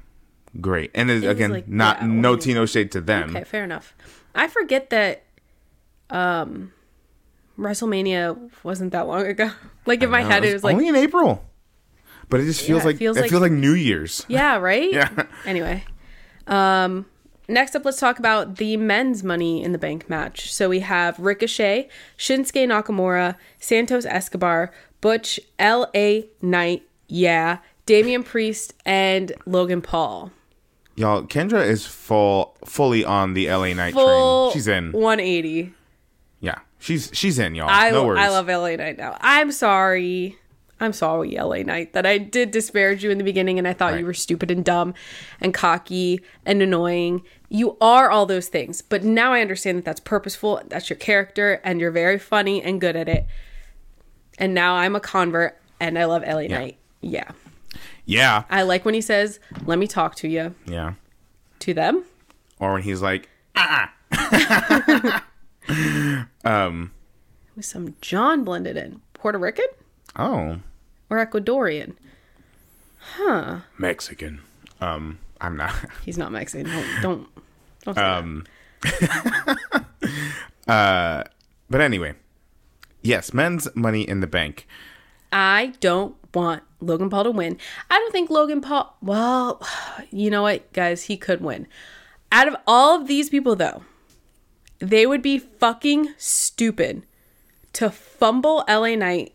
Speaker 1: great, and it,
Speaker 2: was
Speaker 1: again,
Speaker 2: like,
Speaker 1: not
Speaker 2: yeah,
Speaker 1: no
Speaker 2: only-
Speaker 1: tea, no shade to them.
Speaker 2: Okay, fair enough. I forget that um WrestleMania wasn't that long ago. <laughs> Like in my
Speaker 1: Uh,
Speaker 2: head
Speaker 1: it
Speaker 2: it was like
Speaker 1: only in April, but it just feels
Speaker 2: Yeah, it
Speaker 1: like
Speaker 2: feels
Speaker 1: it
Speaker 2: like-
Speaker 1: feels like New Year's.
Speaker 2: Yeah, right?
Speaker 1: Yeah.
Speaker 2: <laughs> Anyway. Um next up let's talk about the men's money in the bank match. So we have Ricochet, Shinsuke Nakamura, Santos Escobar, Butch, LA Knight, yeah, Damian Priest, and Logan Paul.
Speaker 1: Y'all, Kendra is full, fully on the LA Night
Speaker 2: Full
Speaker 1: train. She's in.
Speaker 2: 180.
Speaker 1: Yeah, she's she's in, y'all.
Speaker 2: I,
Speaker 1: no worries.
Speaker 2: I love LA Knight now. I'm sorry. I'm sorry, LA Knight, that I did disparage you in the beginning and I thought
Speaker 1: Right.
Speaker 2: you were stupid and dumb and cocky and annoying. You are all those things, but now I understand that that's purposeful. That's your character and you're very funny and good at it. And now I'm a convert and I love LA Knight. Yeah.
Speaker 1: Yeah,
Speaker 2: I like when he says, let me talk to you,
Speaker 1: yeah.
Speaker 2: to them.
Speaker 1: Or when he's like,
Speaker 2: With some John blended in. Puerto Rican
Speaker 1: "Oh,
Speaker 2: or Ecuadorian?
Speaker 1: Mexican." Um, I'm not. <laughs>
Speaker 2: He's not Mexican. Don't, don't, don't say that.
Speaker 1: But anyway, yes, men's money in the bank.
Speaker 2: I don't want Logan Paul to win. I don't think Logan Paul, well, you know what, guys, he could win. Out of all of these people, though, they would be fucking stupid to fumble LA Knight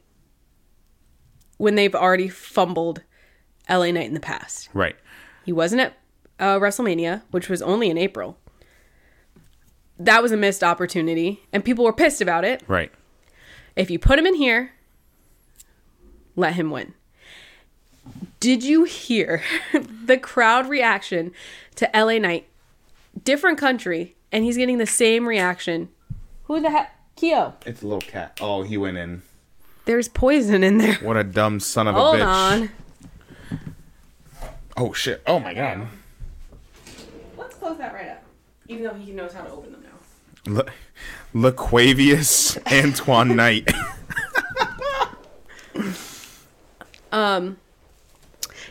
Speaker 2: when they've already fumbled LA Knight in the past.
Speaker 1: Right.
Speaker 2: He wasn't at uh, WrestleMania, which was only in April. That was a missed opportunity, and people were pissed about it.
Speaker 1: Right.
Speaker 2: If you put him in here, let him win. Did you hear <laughs> the crowd reaction to LA Knight? Different country, and he's getting the same reaction. Who the heck? Keo.
Speaker 1: It's a little cat. Oh, he went in.
Speaker 2: There's poison in there.
Speaker 1: What a dumb son of
Speaker 2: <laughs> Hold
Speaker 1: a bitch.
Speaker 2: on.
Speaker 1: Oh shit. Oh my god.
Speaker 2: Let's close that right up. Even though he knows how to open them now.
Speaker 1: La- Laquavius <laughs> Antoine Knight. <laughs>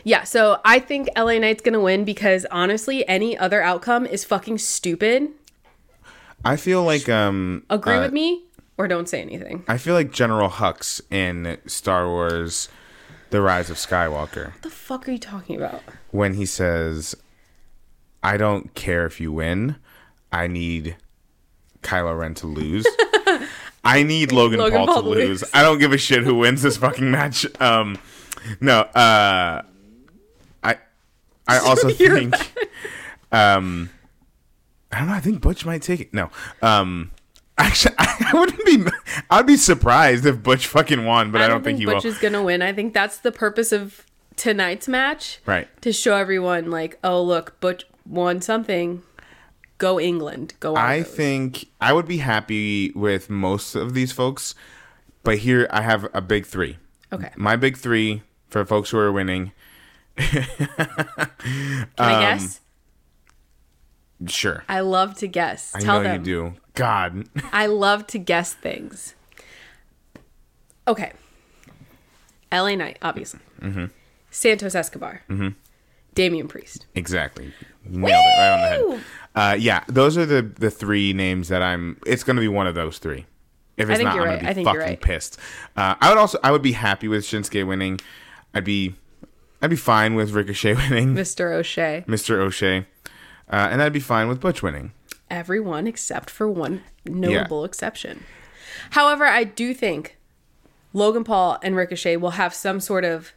Speaker 2: Yeah, so I think LA Knight's gonna win because honestly, any other outcome is fucking stupid.
Speaker 1: I feel like um
Speaker 2: Agree
Speaker 1: uh,
Speaker 2: with me or don't say anything.
Speaker 1: I feel like General Hux in Star Wars The Rise of Skywalker
Speaker 2: What the fuck are you talking about?
Speaker 1: when he says I don't care if you win. I need Kylo Ren to lose. I <laughs> need Logan,
Speaker 2: Logan
Speaker 1: Paul, to lose. I don't give a shit who wins this fucking match. Um no, uh I <laughs> I also
Speaker 2: You're
Speaker 1: think um I don't know, I think Butch might take it. No. Um Actually, <laughs> I wouldn't be. I'd be surprised if Butch fucking won, but I don't, think, he
Speaker 2: Butch
Speaker 1: will.
Speaker 2: is gonna win. I think that's the purpose of tonight's match.
Speaker 1: Right.
Speaker 2: To show everyone like, oh look, Butch won something. Go England. Go on.
Speaker 1: I think I would be happy with most of these folks, but here I have a big three.
Speaker 2: Okay.
Speaker 1: My big three for folks who are winning.
Speaker 2: Can
Speaker 1: um,
Speaker 2: I guess?
Speaker 1: Sure,
Speaker 2: I love to guess.
Speaker 1: I
Speaker 2: Tell
Speaker 1: know
Speaker 2: them.
Speaker 1: you do. God, <laughs>
Speaker 2: I love to guess things. Okay. LA Knight, obviously.
Speaker 1: Mm-hmm.
Speaker 2: Santos Escobar. Damian Priest.
Speaker 1: exactly. You Nailed it right on the head.
Speaker 2: Woo!
Speaker 1: Uh, yeah, those are the the three names that I'm. It's gonna be one of those three. If it's
Speaker 2: think
Speaker 1: not,
Speaker 2: you're
Speaker 1: I'm
Speaker 2: right.
Speaker 1: gonna be
Speaker 2: I think you're
Speaker 1: fucking
Speaker 2: right.
Speaker 1: pissed. Uh, I would also. I would be happy with Shinsuke winning. I'd be. I'd be fine with Ricochet <laughs> winning,
Speaker 2: Mr. O'Shea.
Speaker 1: Mr. O'Shea, uh, and I'd be fine with Butch winning.
Speaker 2: Everyone except for one notable exception. However, I do think Logan Paul and Ricochet will have some sort of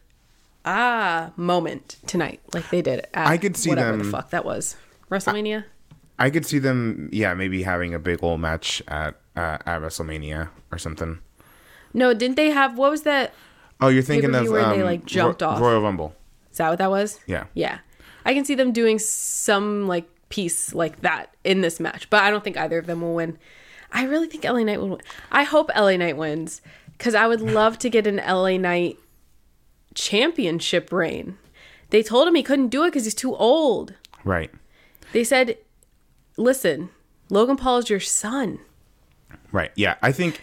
Speaker 2: ah moment tonight, like they did at
Speaker 1: I could see
Speaker 2: whatever the
Speaker 1: them-
Speaker 2: fuck that was WrestleMania.
Speaker 1: I could see them, yeah, maybe having a big old match at uh, at WrestleMania or something.
Speaker 2: no, didn't they have what was that?
Speaker 1: Oh, you're thinking of
Speaker 2: Pay-per-view where
Speaker 1: um,
Speaker 2: they, like, jumped off.
Speaker 1: Royal Rumble.
Speaker 2: Is that what that was?
Speaker 1: Yeah.
Speaker 2: Yeah. I can see them doing some like piece like that in this match, but I don't think either of them will win. I really think LA Knight will win. I hope LA Knight wins because I would love to get an LA Knight championship reign. They told him he couldn't do it because he's too old.
Speaker 1: Right.
Speaker 2: They said, listen, Logan Paul is your son.
Speaker 1: Right. Yeah, I think.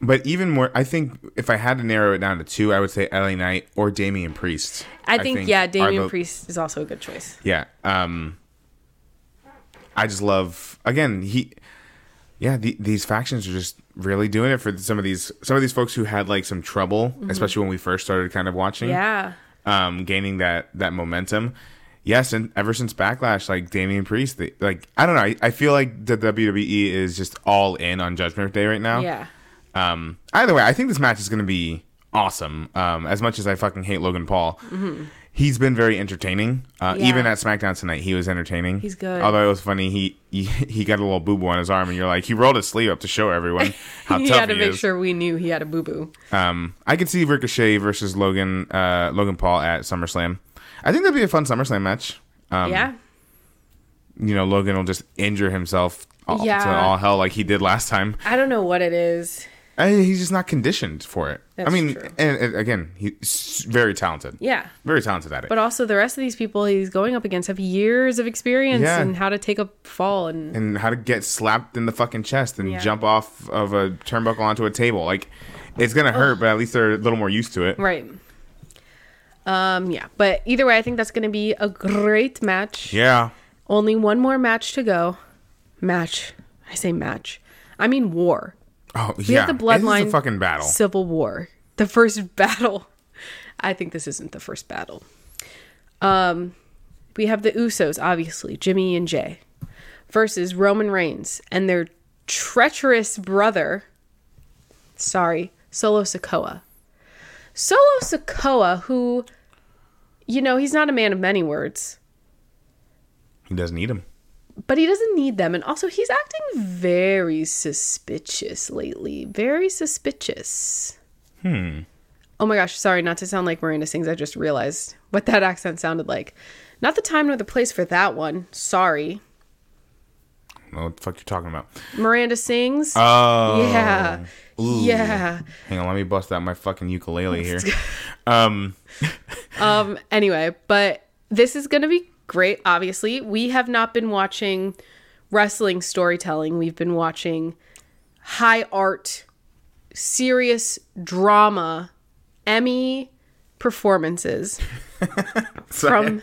Speaker 1: But even more, I think if I had to narrow it down to two, I would say LA Knight or Damian Priest.
Speaker 2: I think, yeah,
Speaker 1: are
Speaker 2: Damian
Speaker 1: the-
Speaker 2: Priest is also a good choice.
Speaker 1: Yeah. Um. I just love again he. Yeah, the, these factions are just really doing it for some of these some of these folks who had like some trouble, especially when we first started kind of watching.
Speaker 2: Mm-hmm. Yeah.
Speaker 1: um, gaining that that momentum. Yes, and ever since Backlash, like Damian Priest, they, like I don't know, I, I feel like the WWE is just all in on Judgment Day right now.
Speaker 2: Yeah.
Speaker 1: Um. Either way, I think this match is going to be awesome. Um. As much as I fucking hate Logan Paul, he's been very entertaining. Uh,
Speaker 2: Mm-hmm. Yeah.
Speaker 1: Even at SmackDown tonight, he was entertaining.
Speaker 2: He's good.
Speaker 1: Although it was funny, he <laughs> he, he got a little boo boo on his arm, and you're like, he rolled his sleeve up to show
Speaker 2: <laughs>
Speaker 1: everyone how
Speaker 2: He
Speaker 1: tough
Speaker 2: had to
Speaker 1: he
Speaker 2: make
Speaker 1: is.
Speaker 2: sure we knew he had a boo boo.
Speaker 1: Um, I could see Ricochet versus Logan uh, Logan Paul at SummerSlam. I think that'd be a fun SummerSlam match. Um,
Speaker 2: yeah.
Speaker 1: You know, Logan will just injure himself all,
Speaker 2: Yeah.
Speaker 1: to all hell like he did last time.
Speaker 2: I don't know what it is.
Speaker 1: I, he's just not conditioned for it.
Speaker 2: That's
Speaker 1: I mean,
Speaker 2: true.
Speaker 1: and, and again, he's very talented.
Speaker 2: Yeah.
Speaker 1: Very talented at it.
Speaker 2: But also the rest of these people he's going up against have years of experience
Speaker 1: Yeah.
Speaker 2: in how to take a fall and
Speaker 1: and how to get slapped in the fucking chest and
Speaker 2: Yeah.
Speaker 1: jump off of a turnbuckle onto a table. Like, it's going to hurt, but at least they're a little more used to it.
Speaker 2: right. Um yeah, but either way I think that's going to be a great match.
Speaker 1: Yeah.
Speaker 2: Only one more match to go. Match. I say match. I mean war.
Speaker 1: Oh,
Speaker 2: We
Speaker 1: yeah.
Speaker 2: have the
Speaker 1: This
Speaker 2: bloodline
Speaker 1: is a fucking battle.
Speaker 2: Civil war. The first <laughs> battle. I think this isn't the first battle. Um we have the Usos obviously, Jimmy and Jay versus Roman Reigns and their treacherous brother sorry, Solo Sokoa. Solo Sokoa who you know, he's not a man of many words,
Speaker 1: he doesn't need him.
Speaker 2: but he doesn't need them and also he's acting very suspicious lately. Very suspicious.
Speaker 1: Hmm.
Speaker 2: Oh my gosh, sorry, not to sound like Miranda Sings. I just realized what that <laughs> accent sounded like. Not the time nor the place for that one. Sorry.
Speaker 1: I don't know what the fuck you're talking about.
Speaker 2: Miranda Sings.
Speaker 1: Oh.
Speaker 2: yeah.
Speaker 1: Ooh.
Speaker 2: Yeah.
Speaker 1: Hang on, let me bust out my fucking ukulele here. Um,
Speaker 2: Um anyway, but this is going to be great, obviously. We have not been watching wrestling storytelling, we've been watching high art, serious drama, Emmy performances from.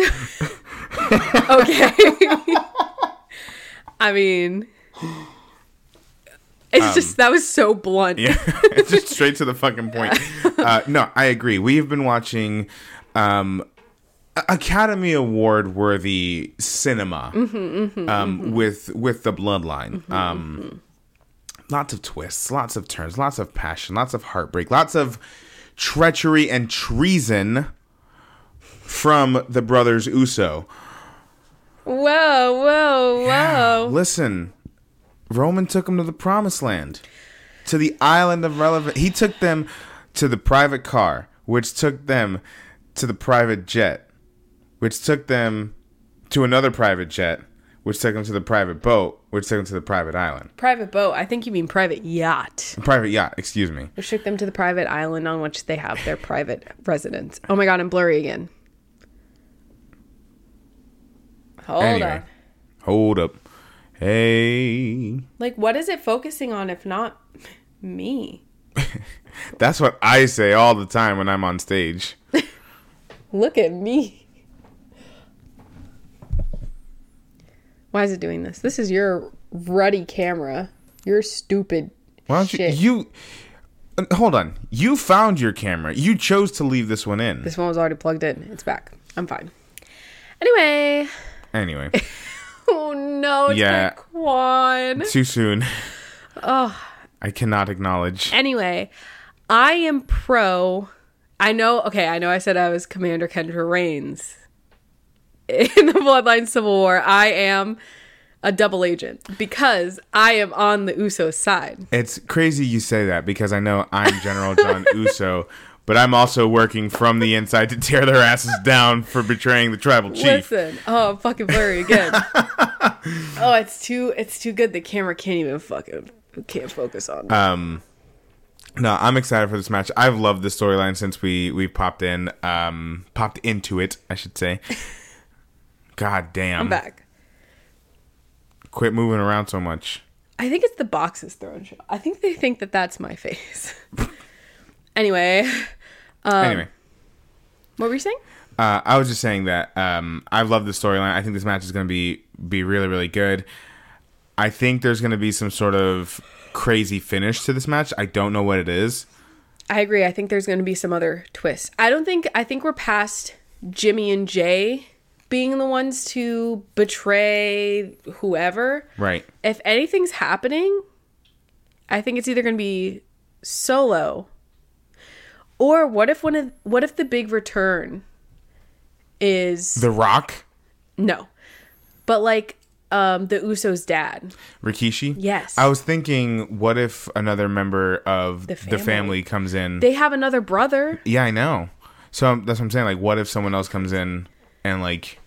Speaker 2: okay. <laughs> I mean, it's just that was so
Speaker 1: <laughs>
Speaker 2: blunt.
Speaker 1: Yeah, <laughs> it's just straight to the fucking point. Uh, no, I agree. We've been watching um, A- Academy Award worthy cinema um, with with the Bloodline. um, Lots of twists, lots of turns, lots of passion, lots of heartbreak, lots of treachery and treason from the brothers Uso.
Speaker 2: Whoa, whoa, whoa.
Speaker 1: Listen, Roman took them to the promised land, to the island of relevant. He took them to the private car, which took them to the private jet, which took them to another private jet, which took them to the private boat, which took them to the private island,
Speaker 2: Private boat. I think you mean private yacht.
Speaker 1: private yacht. Excuse me.
Speaker 2: Which took them to the private island on which they have their private residence. Oh my god, I'm blurry again. Hold
Speaker 1: anyway,
Speaker 2: on.
Speaker 1: hold up. Hey,
Speaker 2: Like, what is it focusing on if not me?
Speaker 1: that's what I say all the time when I'm on stage.
Speaker 2: Look at me. Why is it doing this? This is your ruddy camera. Your stupid
Speaker 1: Why don't
Speaker 2: shit.
Speaker 1: you? You uh, hold on. You found your camera. You chose to leave this one in.
Speaker 2: <laughs> this one was already plugged in. It's back. I'm fine. Anyway. <laughs>
Speaker 1: Anyway,
Speaker 2: Oh no, it's
Speaker 1: Yeah.
Speaker 2: yeah. Quan.
Speaker 1: too soon. Oh. I cannot acknowledge.
Speaker 2: Anyway, I am pro. I know. Okay, I know. I said I was Commander Kendra Reigns in the Bloodline Civil War. I am a double agent because I am on the Usos side.
Speaker 1: It's crazy you say that because I know I'm General
Speaker 2: <laughs>
Speaker 1: John Uso, but I'm also working from the inside to tear their asses down for betraying the tribal chief.
Speaker 2: Listen, oh, I'm fucking blurry again. oh, it's too. It's too good. The camera can't even fucking can't focus on. it.
Speaker 1: No, I'm excited for this match. I've loved the storyline since we we popped in, um, popped into it, I should
Speaker 2: <laughs>
Speaker 1: say. God damn!
Speaker 2: I'm back.
Speaker 1: Quit moving around so much.
Speaker 2: I think it's the boxes thrown. Show. I think they think that that's my face. <laughs> anyway, Um,
Speaker 1: anyway.
Speaker 2: what were you saying?
Speaker 1: Uh, I was just saying that um, I love the storyline. I think this match is going to be be really really good. I think there's going to be some sort of crazy finish to this match. I don't know what it is.
Speaker 2: I agree. I think there's going to be some other twists. I don't think I think we're past Jimmy and Jay being the ones to betray whoever.
Speaker 1: Right.
Speaker 2: If anything's happening, I think it's either going to be solo or what if one of what if the big return is
Speaker 1: The Rock,
Speaker 2: no. But like um the Usos dad.
Speaker 1: Rikishi.
Speaker 2: Yes.
Speaker 1: I was thinking, what if another member of the family,
Speaker 2: family.
Speaker 1: comes in?
Speaker 2: They have another brother.
Speaker 1: yeah, I know. So um, that's what I'm saying. Like, what if someone else comes in and like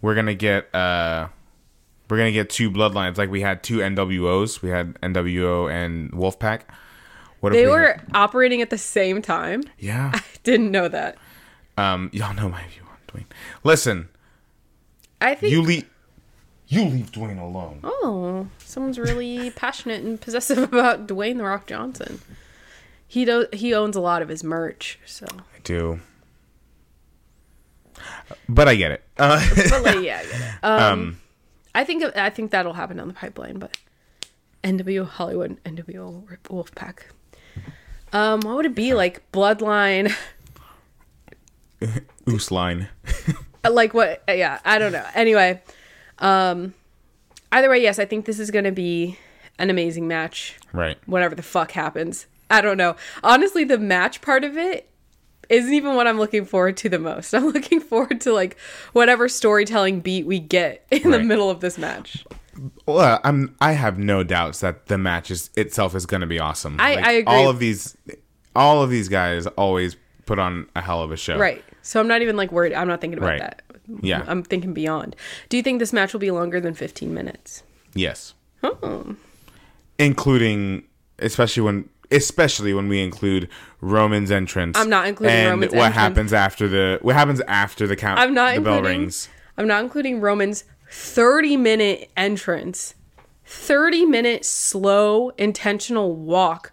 Speaker 1: we're gonna get uh we're gonna get two bloodlines. Like we had two NWOs. We had NWO and Wolfpack. What if
Speaker 2: They
Speaker 1: we had-
Speaker 2: were operating at the same time. <laughs>
Speaker 1: Yeah.
Speaker 2: Didn't know that.
Speaker 1: Um, y'all know my view on Dwayne. Listen,
Speaker 2: I think
Speaker 1: you leave you leave Dwayne alone.
Speaker 2: Oh, someone's really <laughs> passionate and possessive about Dwayne the Rock Johnson. He do- he owns a lot of his merch, so.
Speaker 1: I do. But I get it. Uh, <laughs>
Speaker 2: But like, yeah, I get it. Um, I think I think that'll happen down the pipeline, but NWO Hollywood, NWO Wolfpack. Um, what would it be like? Bloodline, <laughs>
Speaker 1: Oos line.
Speaker 2: Uh, like what? Yeah, I don't know. Anyway, um, either way, yes, I think this is gonna be an amazing match.
Speaker 1: Right.
Speaker 2: whatever the fuck happens. I don't know. Honestly, the match part of it isn't even what I'm looking forward to the most. <laughs> I'm looking forward to like whatever storytelling beat we get in the
Speaker 1: Right.
Speaker 2: middle of this match.
Speaker 1: Well, I'm I have no doubts that the match is, itself is gonna be awesome.
Speaker 2: I- I agree.
Speaker 1: All of these all of these guys always put on a hell of a show.
Speaker 2: Right. So I'm not even like worried. I'm not thinking about
Speaker 1: Right.
Speaker 2: that.
Speaker 1: Yeah.
Speaker 2: I'm thinking beyond. Do you think this match will be longer than 15 minutes?
Speaker 1: Yes.
Speaker 2: Oh.
Speaker 1: Including especially when especially when we include Roman's entrance.
Speaker 2: I'm not including
Speaker 1: and
Speaker 2: Roman's
Speaker 1: what
Speaker 2: entrance.
Speaker 1: happens after the what happens after the count.
Speaker 2: I'm not
Speaker 1: the
Speaker 2: including.
Speaker 1: bell rings.
Speaker 2: I'm not including Roman's 30 minute entrance, 30 minute slow intentional walk,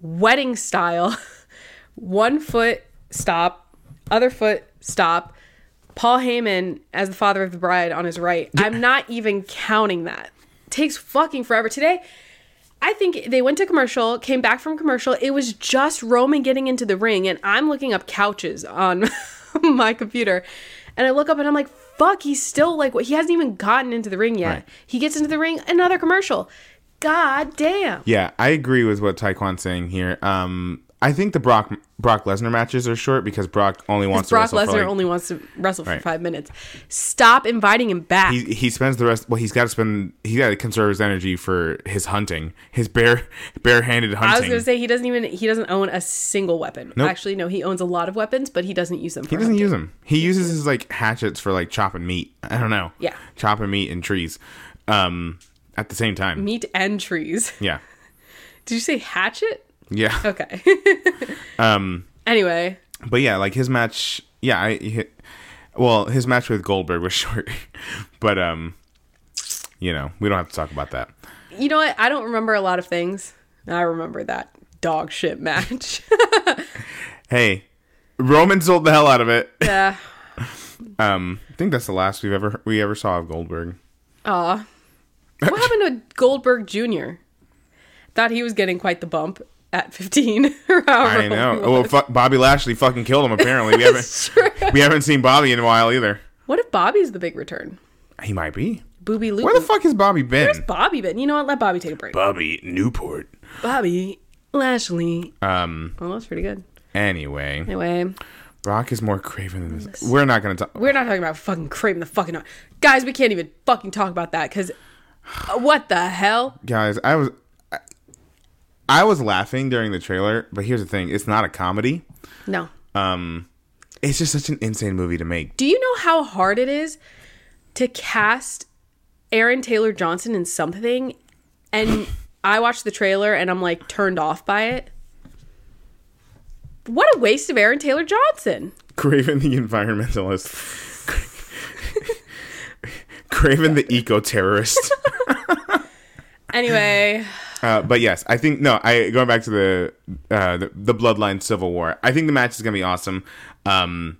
Speaker 2: wedding style, <laughs> one foot stop, other foot stop. Paul Heyman as the father of the bride on his right. I'm not even counting that. Takes fucking forever today. I think they went to commercial, came back from commercial. It was just Roman getting into the ring, and I'm looking up couches on <laughs> my computer. And I look up and I'm like, fuck, he's still like, he hasn't even gotten into the ring yet.
Speaker 1: Right.
Speaker 2: He gets into the ring, another commercial. God damn.
Speaker 1: Yeah, I agree with what Taekwon's saying here. Um, I think the Brock Brock Lesnar matches are short because Brock only wants
Speaker 2: Brock
Speaker 1: to wrestle
Speaker 2: Lesnar
Speaker 1: for like,
Speaker 2: only wants to wrestle for
Speaker 1: Right.
Speaker 2: five minutes. Stop inviting him back.
Speaker 1: he, he spends the rest. Well, he's got to spend. He got to conserve his energy for his hunting, his bare <laughs> barehanded
Speaker 2: I was
Speaker 1: hunting.
Speaker 2: gonna say he doesn't even he doesn't own a single weapon. Actually, no, he owns a lot of weapons, but he doesn't use them. For
Speaker 1: he doesn't use them. He uses his like hatchets for like chopping meat. I don't know.
Speaker 2: Yeah.
Speaker 1: chopping meat and trees. Um, at the same time.
Speaker 2: meat and trees. <laughs>
Speaker 1: Yeah.
Speaker 2: Did you say hatchet?
Speaker 1: Yeah.
Speaker 2: <laughs> Okay. um. Anyway,
Speaker 1: But yeah, like his match. Yeah, I. He, well, his match with Goldberg was <laughs> short, but um, you know, we don't have to talk about that.
Speaker 2: you know what? I don't remember a lot of things. I remember that dog shit match. <laughs>
Speaker 1: Hey, Roman sold the hell out of it.
Speaker 2: Yeah.
Speaker 1: <laughs> Um, I think that's the last we've ever we ever saw of Goldberg.
Speaker 2: Aw. What happened to Goldberg Jr.? Thought he was getting quite the bump at 15. or <laughs> however
Speaker 1: I know. Oh.
Speaker 2: <laughs> old he was.
Speaker 1: Well, fuck, Bobby Lashley fucking killed him. Apparently, we
Speaker 2: <laughs>
Speaker 1: haven't
Speaker 2: Sure.
Speaker 1: we haven't seen Bobby in a while either.
Speaker 2: What if Bobby's the big return?
Speaker 1: He might be.
Speaker 2: Booby Lou.
Speaker 1: Where the fuck has Bobby been?
Speaker 2: Bobby been? You know what? Let Bobby take a break.
Speaker 1: Bobby Newport.
Speaker 2: Bobby Lashley.
Speaker 1: Um.
Speaker 2: Well, that's pretty good.
Speaker 1: Anyway,
Speaker 2: Anyway,
Speaker 1: Brock is more craven than this. We're not gonna talk.
Speaker 2: we're not talking about fucking cream the fucking guys. We can't even fucking talk about that because what the hell?
Speaker 1: guys i was I- i was laughing during the trailer but here's the thing it's not a comedy
Speaker 2: No.
Speaker 1: it's just such an insane movie to make
Speaker 2: Do you know how hard it is to cast Aaron Taylor Johnson in something? And I watched the trailer and I'm like turned off by it. What a waste of Aaron Taylor Johnson.
Speaker 1: craven the environmentalist craven the eco-terrorist
Speaker 2: <laughs> Anyway,
Speaker 1: uh, but yes i think no i going back to the, uh, the the bloodline civil war i think the match is gonna be awesome um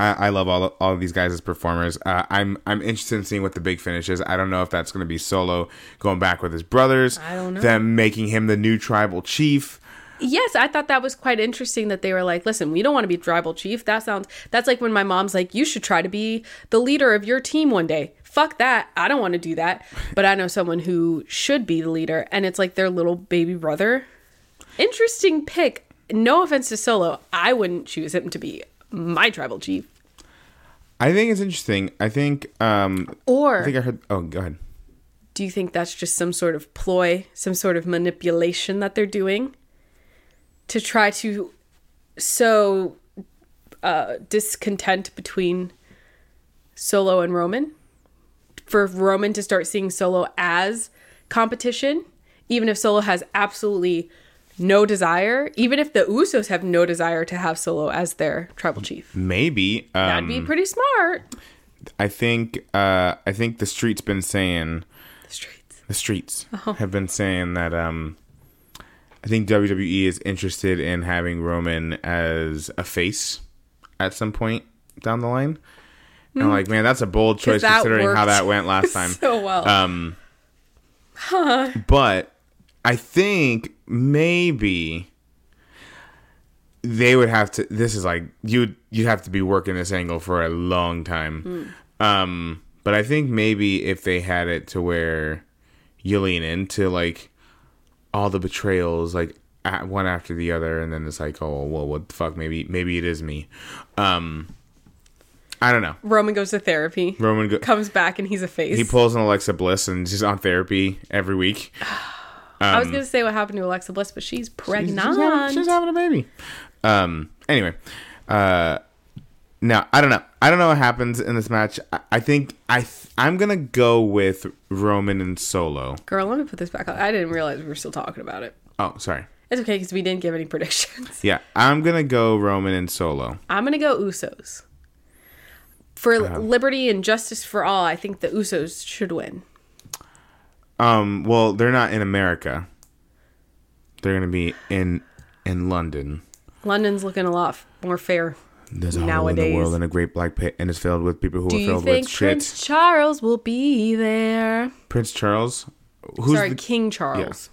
Speaker 1: I, I love all all of these guys as performers. Uh, I'm I'm interested in seeing what the big finish is. I don't know if that's going to be solo going back with his brothers.
Speaker 2: I don't know.
Speaker 1: Them making him the new tribal chief.
Speaker 2: yes, I thought that was quite interesting that they were like, listen, we don't want to be tribal chief. That sounds, that's like when my mom's like, you should try to be the leader of your team one day. Fuck that. I don't want to do that. But I know someone who should be the leader, and it's like their little baby brother. Interesting pick. No offense to Solo. I wouldn't choose him to be my tribal chief.
Speaker 1: I think it's interesting. I think um
Speaker 2: Or
Speaker 1: I think I heard oh go ahead.
Speaker 2: do you think that's just some sort of ploy, some sort of manipulation that they're doing to try to sow uh, discontent between Solo and Roman? For Roman to start seeing Solo as competition, even if Solo has absolutely no desire, even if the Usos have no desire to have Solo as their tribal chief.
Speaker 1: Maybe. Mm, Um,
Speaker 2: That'd be pretty smart.
Speaker 1: I think uh I think the streets been saying
Speaker 2: The streets. <laughs>
Speaker 1: the streets
Speaker 2: Uh-huh.
Speaker 1: have been saying that um I think WWE is interested in having Roman as a face at some point down the line. And I'm like, man, that's a bold choice
Speaker 2: Mm-hmm. that
Speaker 1: considering how
Speaker 2: worked
Speaker 1: that went
Speaker 2: <laughs>
Speaker 1: last time.
Speaker 2: So Oh, well.
Speaker 1: um, but I think maybe they would have to. This is like you you'd have to be working this angle for a long time. Um, but I think maybe if they had it to where you lean into like all the betrayals, like at one after the other, and then it's like, oh well, what the fuck? Maybe maybe it is me. Um, I don't know.
Speaker 2: Roman goes to therapy.
Speaker 1: Roman go-
Speaker 2: comes back and he's a face.
Speaker 1: he pulls an Alexa Bliss and she's on therapy every week.
Speaker 2: I was gonna say what happened to Alexa Bliss, but she's
Speaker 1: Um, She's-
Speaker 2: pregnant.
Speaker 1: She's, having, she's having a baby. Um. Anyway, uh, now I don't know. I don't know what happens in this match. I, I think I th- I'm gonna go with Roman and Solo.
Speaker 2: Girl, let me put this back on. I didn't realize we were still talking about it.
Speaker 1: Oh, sorry.
Speaker 2: It's okay because we didn't give any <laughs> predictions.
Speaker 1: Yeah, I'm gonna go Roman and Solo.
Speaker 2: I'm gonna go Usos. For
Speaker 1: Uh-huh.
Speaker 2: liberty and justice for all, I think the Usos should win.
Speaker 1: Um, well, they're not in America. They're gonna be in in London.
Speaker 2: London's looking a lot f- more fair.
Speaker 1: There's a hole in
Speaker 2: Nowadays.
Speaker 1: the world and a great black pit, and it's filled with people who
Speaker 2: Do
Speaker 1: are
Speaker 2: you
Speaker 1: filled
Speaker 2: think
Speaker 1: with shit.
Speaker 2: Prince
Speaker 1: Prince,
Speaker 2: Charles will be there?
Speaker 1: Charles, who's
Speaker 2: Sorry,
Speaker 1: the,
Speaker 2: King Charles.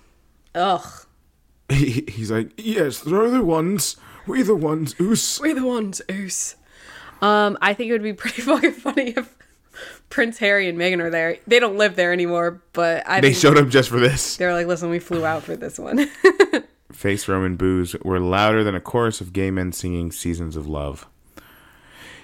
Speaker 2: Ugh.
Speaker 1: <laughs> he, he's like, yes, they're the ones. We the ones. Oos.
Speaker 2: We're the ones, oos. Um, I think it would be pretty <laughs> fucking funny if Prince Harry and Meghan are there. They don't live there anymore, but I
Speaker 1: They
Speaker 2: think
Speaker 1: showed up just for this.
Speaker 2: they're like, listen, we flew out for this one.
Speaker 1: Face Roman boos were louder than a chorus of gay men singing "Seasons of Love."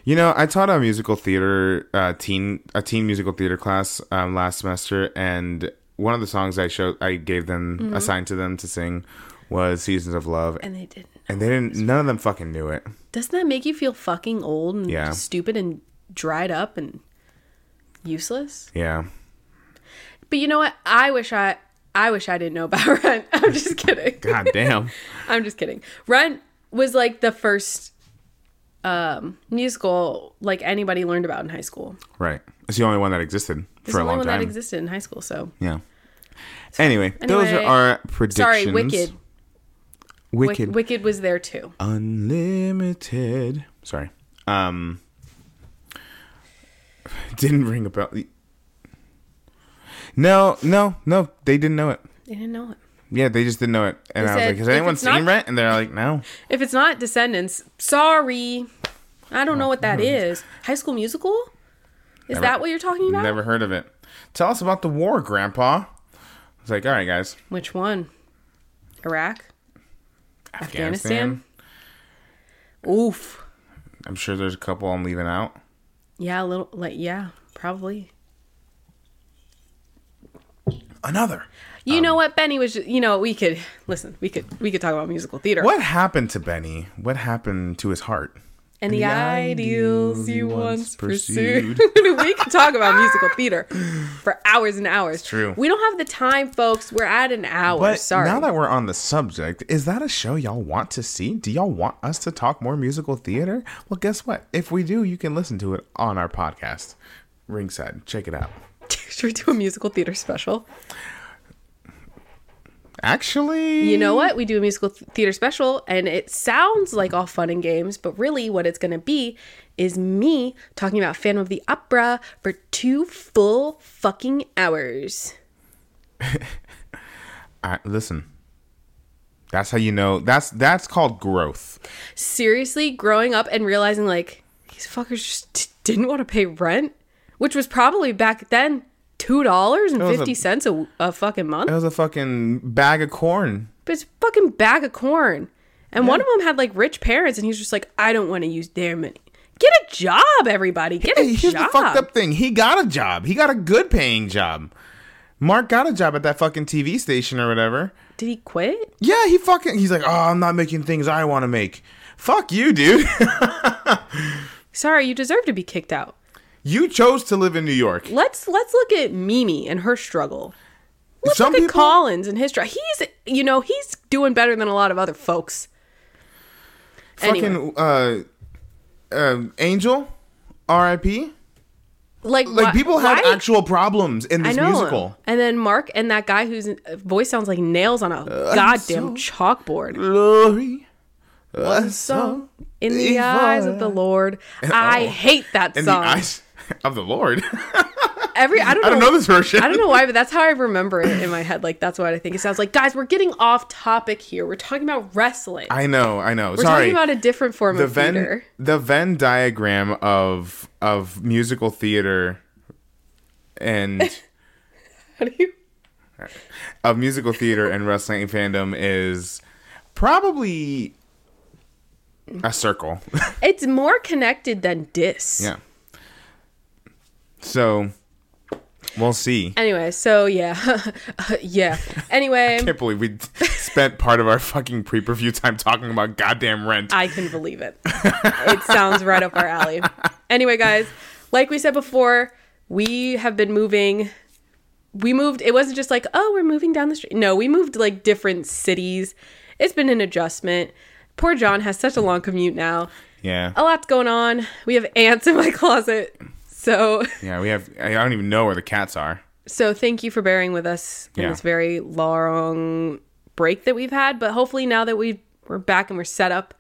Speaker 1: You know, I taught a musical theater uh, teen a teen musical theater class um, last semester, and one of the songs I showed I gave them
Speaker 2: Mm-hmm.
Speaker 1: assigned to them to sing was "Seasons of Love,"
Speaker 2: <laughs> and they didn't.
Speaker 1: and they didn't. None of them fucking knew it.
Speaker 2: Doesn't that make you feel fucking old and
Speaker 1: Yeah.
Speaker 2: stupid and dried up and useless?
Speaker 1: Yeah.
Speaker 2: But you know what? I wish I I wish I didn't know about <laughs> Rent.
Speaker 1: <laughs>
Speaker 2: I'm just kidding. <laughs>
Speaker 1: God damn.
Speaker 2: I'm just kidding. Rent was like the first um musical like anybody learned about in high school.
Speaker 1: Right. It's the only one that existed for
Speaker 2: It's the
Speaker 1: a
Speaker 2: only
Speaker 1: long
Speaker 2: one
Speaker 1: time.
Speaker 2: that existed in high school, so
Speaker 1: yeah. Anyway, those are
Speaker 2: Anyway,
Speaker 1: our predictions.
Speaker 2: sorry, Wicked. Wick-
Speaker 1: Wicked.
Speaker 2: Wicked. was there too.
Speaker 1: Unlimited. Sorry. Um didn't ring a bell. No, no, no. They didn't know it.
Speaker 2: They didn't know it.
Speaker 1: Yeah, they just didn't know it. And
Speaker 2: They
Speaker 1: I was
Speaker 2: said,
Speaker 1: like, has
Speaker 2: "If
Speaker 1: anyone
Speaker 2: it's
Speaker 1: seen
Speaker 2: not-
Speaker 1: Rent? And they're like,
Speaker 2: <laughs>
Speaker 1: no.
Speaker 2: If it's not Descendants, sorry. I don't know what that is. High School Musical? Is
Speaker 1: Mm-hmm. Never-
Speaker 2: that what you're talking about?
Speaker 1: Never heard of it. Tell us about the war, Grandpa. It's like, all right, guys.
Speaker 2: Which one? Iraq?
Speaker 1: Afghanistan.
Speaker 2: Afghanistan? Oof.
Speaker 1: I'm sure there's a couple I'm leaving out.
Speaker 2: Yeah, a little like yeah, probably.
Speaker 1: Another.
Speaker 2: You
Speaker 1: Um,
Speaker 2: know what, Benny was ju- you know, we could listen, we could we could talk about musical theater.
Speaker 1: What happened to Benny? What happened to his heart?
Speaker 2: And the,
Speaker 1: The
Speaker 2: ideals
Speaker 1: ideals
Speaker 2: you
Speaker 1: you
Speaker 2: once
Speaker 1: once
Speaker 2: pursued. <laughs> we could talk about musical
Speaker 1: <laughs>
Speaker 2: theater for hours and hours.
Speaker 1: true.
Speaker 2: We don't have the time, folks. We're at an hour.
Speaker 1: But
Speaker 2: Sorry.
Speaker 1: now that we're on the subject, is that a show y'all want to see? Do y'all want us to talk more musical theater? Well, guess what? If we do, you can listen to it on our podcast, Ringside. Check it out.
Speaker 2: <laughs> Should we do a musical theater special?
Speaker 1: Actually,
Speaker 2: You know what? We do a musical th- theater special, and it sounds like all fun and games, but really what it's going to be is me talking about Phantom of the Opera for two full fucking hours.
Speaker 1: I, listen. That's how you know. That's that's called growth.
Speaker 2: Seriously, growing up and realizing, like, these fuckers just d- didn't want to pay rent, which was probably back then $2.50 a, w- a fucking month.
Speaker 1: It was a fucking bag of corn.
Speaker 2: But it's a fucking bag of corn. And one of them had like rich parents, and he was just like, I don't want to use their money. Get a job, everybody. Get a
Speaker 1: Hey, <laughs> here's
Speaker 2: job.
Speaker 1: the fucked up thing. He got a job. He got a good paying job. Mark got a job at that fucking TV station or whatever.
Speaker 2: Did he quit?
Speaker 1: Yeah, he fucking he's like, "Oh, I'm not making things I want to make." Fuck you, dude. <laughs>
Speaker 2: Sorry, you deserve to be kicked out.
Speaker 1: you chose to live in New York.
Speaker 2: Let's let's look at Mimi and her struggle. Let's
Speaker 1: Some
Speaker 2: look at
Speaker 1: people-
Speaker 2: Collins and his struggle. He's you know he's doing better than a lot of other folks.
Speaker 1: Fucking
Speaker 2: Anyway,
Speaker 1: uh um Angel RIP. Like
Speaker 2: like why-
Speaker 1: people had
Speaker 2: why-
Speaker 1: actual problems in
Speaker 2: I
Speaker 1: this
Speaker 2: know.
Speaker 1: musical.
Speaker 2: And then Mark and that guy whose voice sounds like nails on a goddamn chalkboard.
Speaker 1: Glory. a song
Speaker 2: in the eyes of
Speaker 1: <laughs>
Speaker 2: the Lord. I hate that
Speaker 1: in the
Speaker 2: song.
Speaker 1: eyes of the Lord. <laughs>
Speaker 2: Every I don't know,
Speaker 1: I don't know this version.
Speaker 2: I don't know why, but that's how I remember it in my head. Like that's what I think it sounds like. Guys, we're getting off topic here. We're talking about wrestling.
Speaker 1: <laughs> I know, I know.
Speaker 2: we're
Speaker 1: Sorry.
Speaker 2: talking about a different form
Speaker 1: the
Speaker 2: of
Speaker 1: Venn
Speaker 2: theater. <laughs>
Speaker 1: the Venn diagram of of musical theater and
Speaker 2: How do you?
Speaker 1: of musical theater and wrestling fandom is probably a
Speaker 2: <laughs>
Speaker 1: circle.
Speaker 2: It's more connected than dis.
Speaker 1: yeah. So we'll see.
Speaker 2: Anyway, so yeah, <laughs> Uh, yeah. Anyway,
Speaker 1: <laughs> I can't believe we spent part of our fucking pre-preview time talking about goddamn rent.
Speaker 2: I can believe it. it sounds right up our alley. Anyway, guys, like we said before, we have been moving. We moved, it wasn't just like, oh, we're moving down the street. No, we moved like different cities. it's been an adjustment. Poor John has such a long commute now.
Speaker 1: Yeah.
Speaker 2: A lot's going on. We have ants in my <laughs> closet. So
Speaker 1: Yeah, we have. I don't even know where the cats are.
Speaker 2: so thank you for bearing with us in
Speaker 1: Yeah.
Speaker 2: this very long break that we've had. But hopefully now that we we're back and we're set up,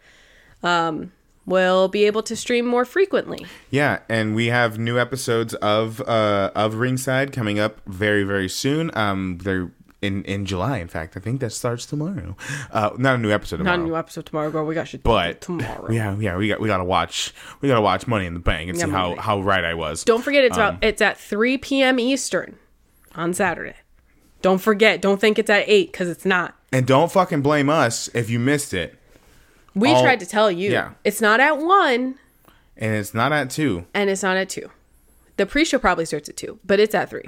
Speaker 2: um, we'll be able to stream more frequently.
Speaker 1: Yeah, and we have new episodes of uh, of Ringside coming up very very soon. Um, they're in in July. In fact, I think that starts tomorrow. Uh, not a new episode tomorrow.
Speaker 2: Not a new episode tomorrow, girl. We got shit
Speaker 1: but
Speaker 2: tomorrow.
Speaker 1: yeah, yeah, we got we gotta watch we gotta watch Money in the Bank and see
Speaker 2: Yeah,
Speaker 1: how,
Speaker 2: Money.
Speaker 1: how right I was.
Speaker 2: Don't forget it's
Speaker 1: Um,
Speaker 2: about it's at 3 p.m. Eastern on Saturday. Don't forget. Don't think it's at 8 cuz it's not.
Speaker 1: and don't fucking blame us if you missed it.
Speaker 2: We
Speaker 1: All-
Speaker 2: tried to tell you.
Speaker 1: yeah.
Speaker 2: It's not at 1
Speaker 1: And it's not at two.
Speaker 2: and it's not at 2. The pre-show probably starts at 2, but it's at 3.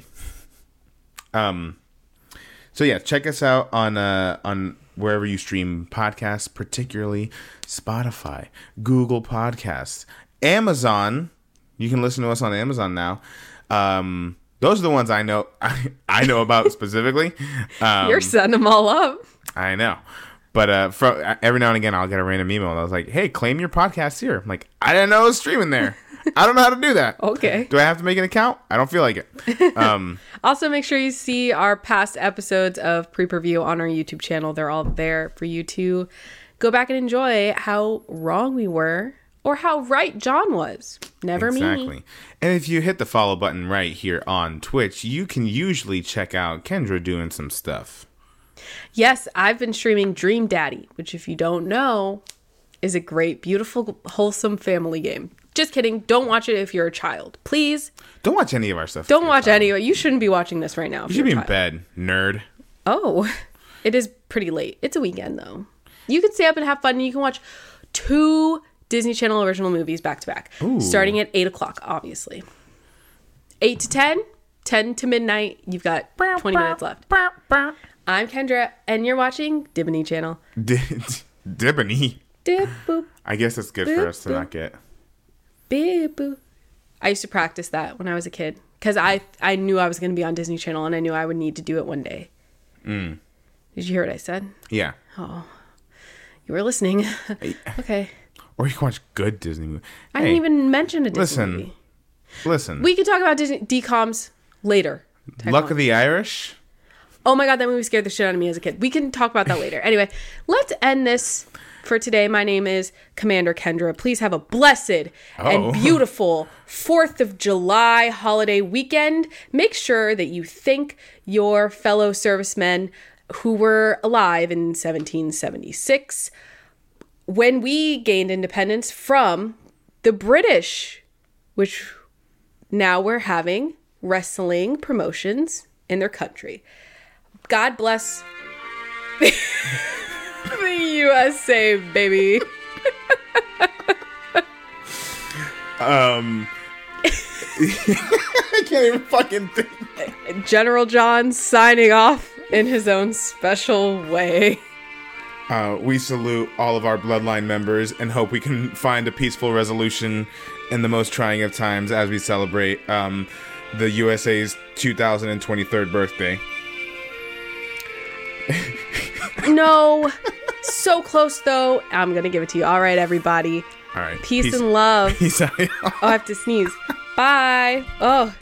Speaker 1: So yeah, check us out on uh, on wherever you stream podcasts, particularly Spotify, Google Podcasts, Amazon. You can listen to us on Amazon now. Um, those are the ones I know <laughs> I, I know about specifically.
Speaker 2: <laughs>
Speaker 1: Um,
Speaker 2: You're setting them all up.
Speaker 1: I know. But uh, from, every now and again, I'll get a random email, and I was like, "Hey, claim your podcast here." I'm like, "I didn't know it was streaming
Speaker 2: <laughs>
Speaker 1: there. I don't know how to do that."
Speaker 2: Okay.
Speaker 1: Do I have to make an account? I don't feel like
Speaker 2: <laughs>
Speaker 1: it.
Speaker 2: Also, make sure you see our past episodes of Pre Preview on our YouTube channel. They're all there for you to go back and enjoy how wrong we were or how right John was. Never me.
Speaker 1: Exactly. And if you hit the follow button right here on Twitch, you can usually check out Kendra doing some stuff.
Speaker 2: Yes, I've been streaming Dream Daddy, which, if you don't know, is a great, beautiful, wholesome family game. Just kidding. Don't watch it if you're a child. Please
Speaker 1: Don't watch any of our stuff.
Speaker 2: don't watch any. You shouldn't be watching this right now. if
Speaker 1: You should
Speaker 2: you're
Speaker 1: be
Speaker 2: a
Speaker 1: in
Speaker 2: child.
Speaker 1: bed, nerd. <laughs>
Speaker 2: Oh, <laughs> it is pretty late. It's a weekend though. You can stay up and have fun. You can watch two Disney Channel original movies back to back, starting at eight o'clock, obviously. Eight to 10, 10 to midnight. You've got twenty minutes left. I'm Kendra, and you're watching Dibony Channel.
Speaker 1: D- Dibbany.
Speaker 2: Dib boop,
Speaker 1: I guess it's good for us to not get.
Speaker 2: bib boop. I used to practice that when I was a kid because I I knew I was going to be on Disney Channel and I knew I would need to do it one day. Did you hear what I said?
Speaker 1: Yeah.
Speaker 2: You were listening. <laughs> okay.
Speaker 1: Or you can watch good Disney movies.
Speaker 2: I didn't even mention a Disney
Speaker 1: listen.
Speaker 2: movie.
Speaker 1: Listen.
Speaker 2: We can talk about Disney DComs later. Type
Speaker 1: Luck
Speaker 2: one.
Speaker 1: of the Irish.
Speaker 2: oh my god, that movie scared the shit out of me as a kid. We can talk about that later. Anyway, let's end this for today. My name is Commander Kendra. Please have a blessed
Speaker 1: Oh.
Speaker 2: and beautiful 4th of July holiday weekend. Make sure that you thank your fellow servicemen who were alive in 1776 when we gained independence from the British, which now we're having wrestling promotions in their country. God bless <laughs> the USA, baby.
Speaker 1: I can't even fucking think.
Speaker 2: General John signing off in his own special way.
Speaker 1: Uh, we salute all of our bloodline members and hope we can find a peaceful resolution in the most trying of times as we celebrate um, the USA's 2023rd birthday.
Speaker 2: No, so close though. I'm going to give it to you. All right, everybody.
Speaker 1: All right.
Speaker 2: Peace, and love.
Speaker 1: Peace out. <laughs>
Speaker 2: Oh, I have to sneeze. Bye. Oh.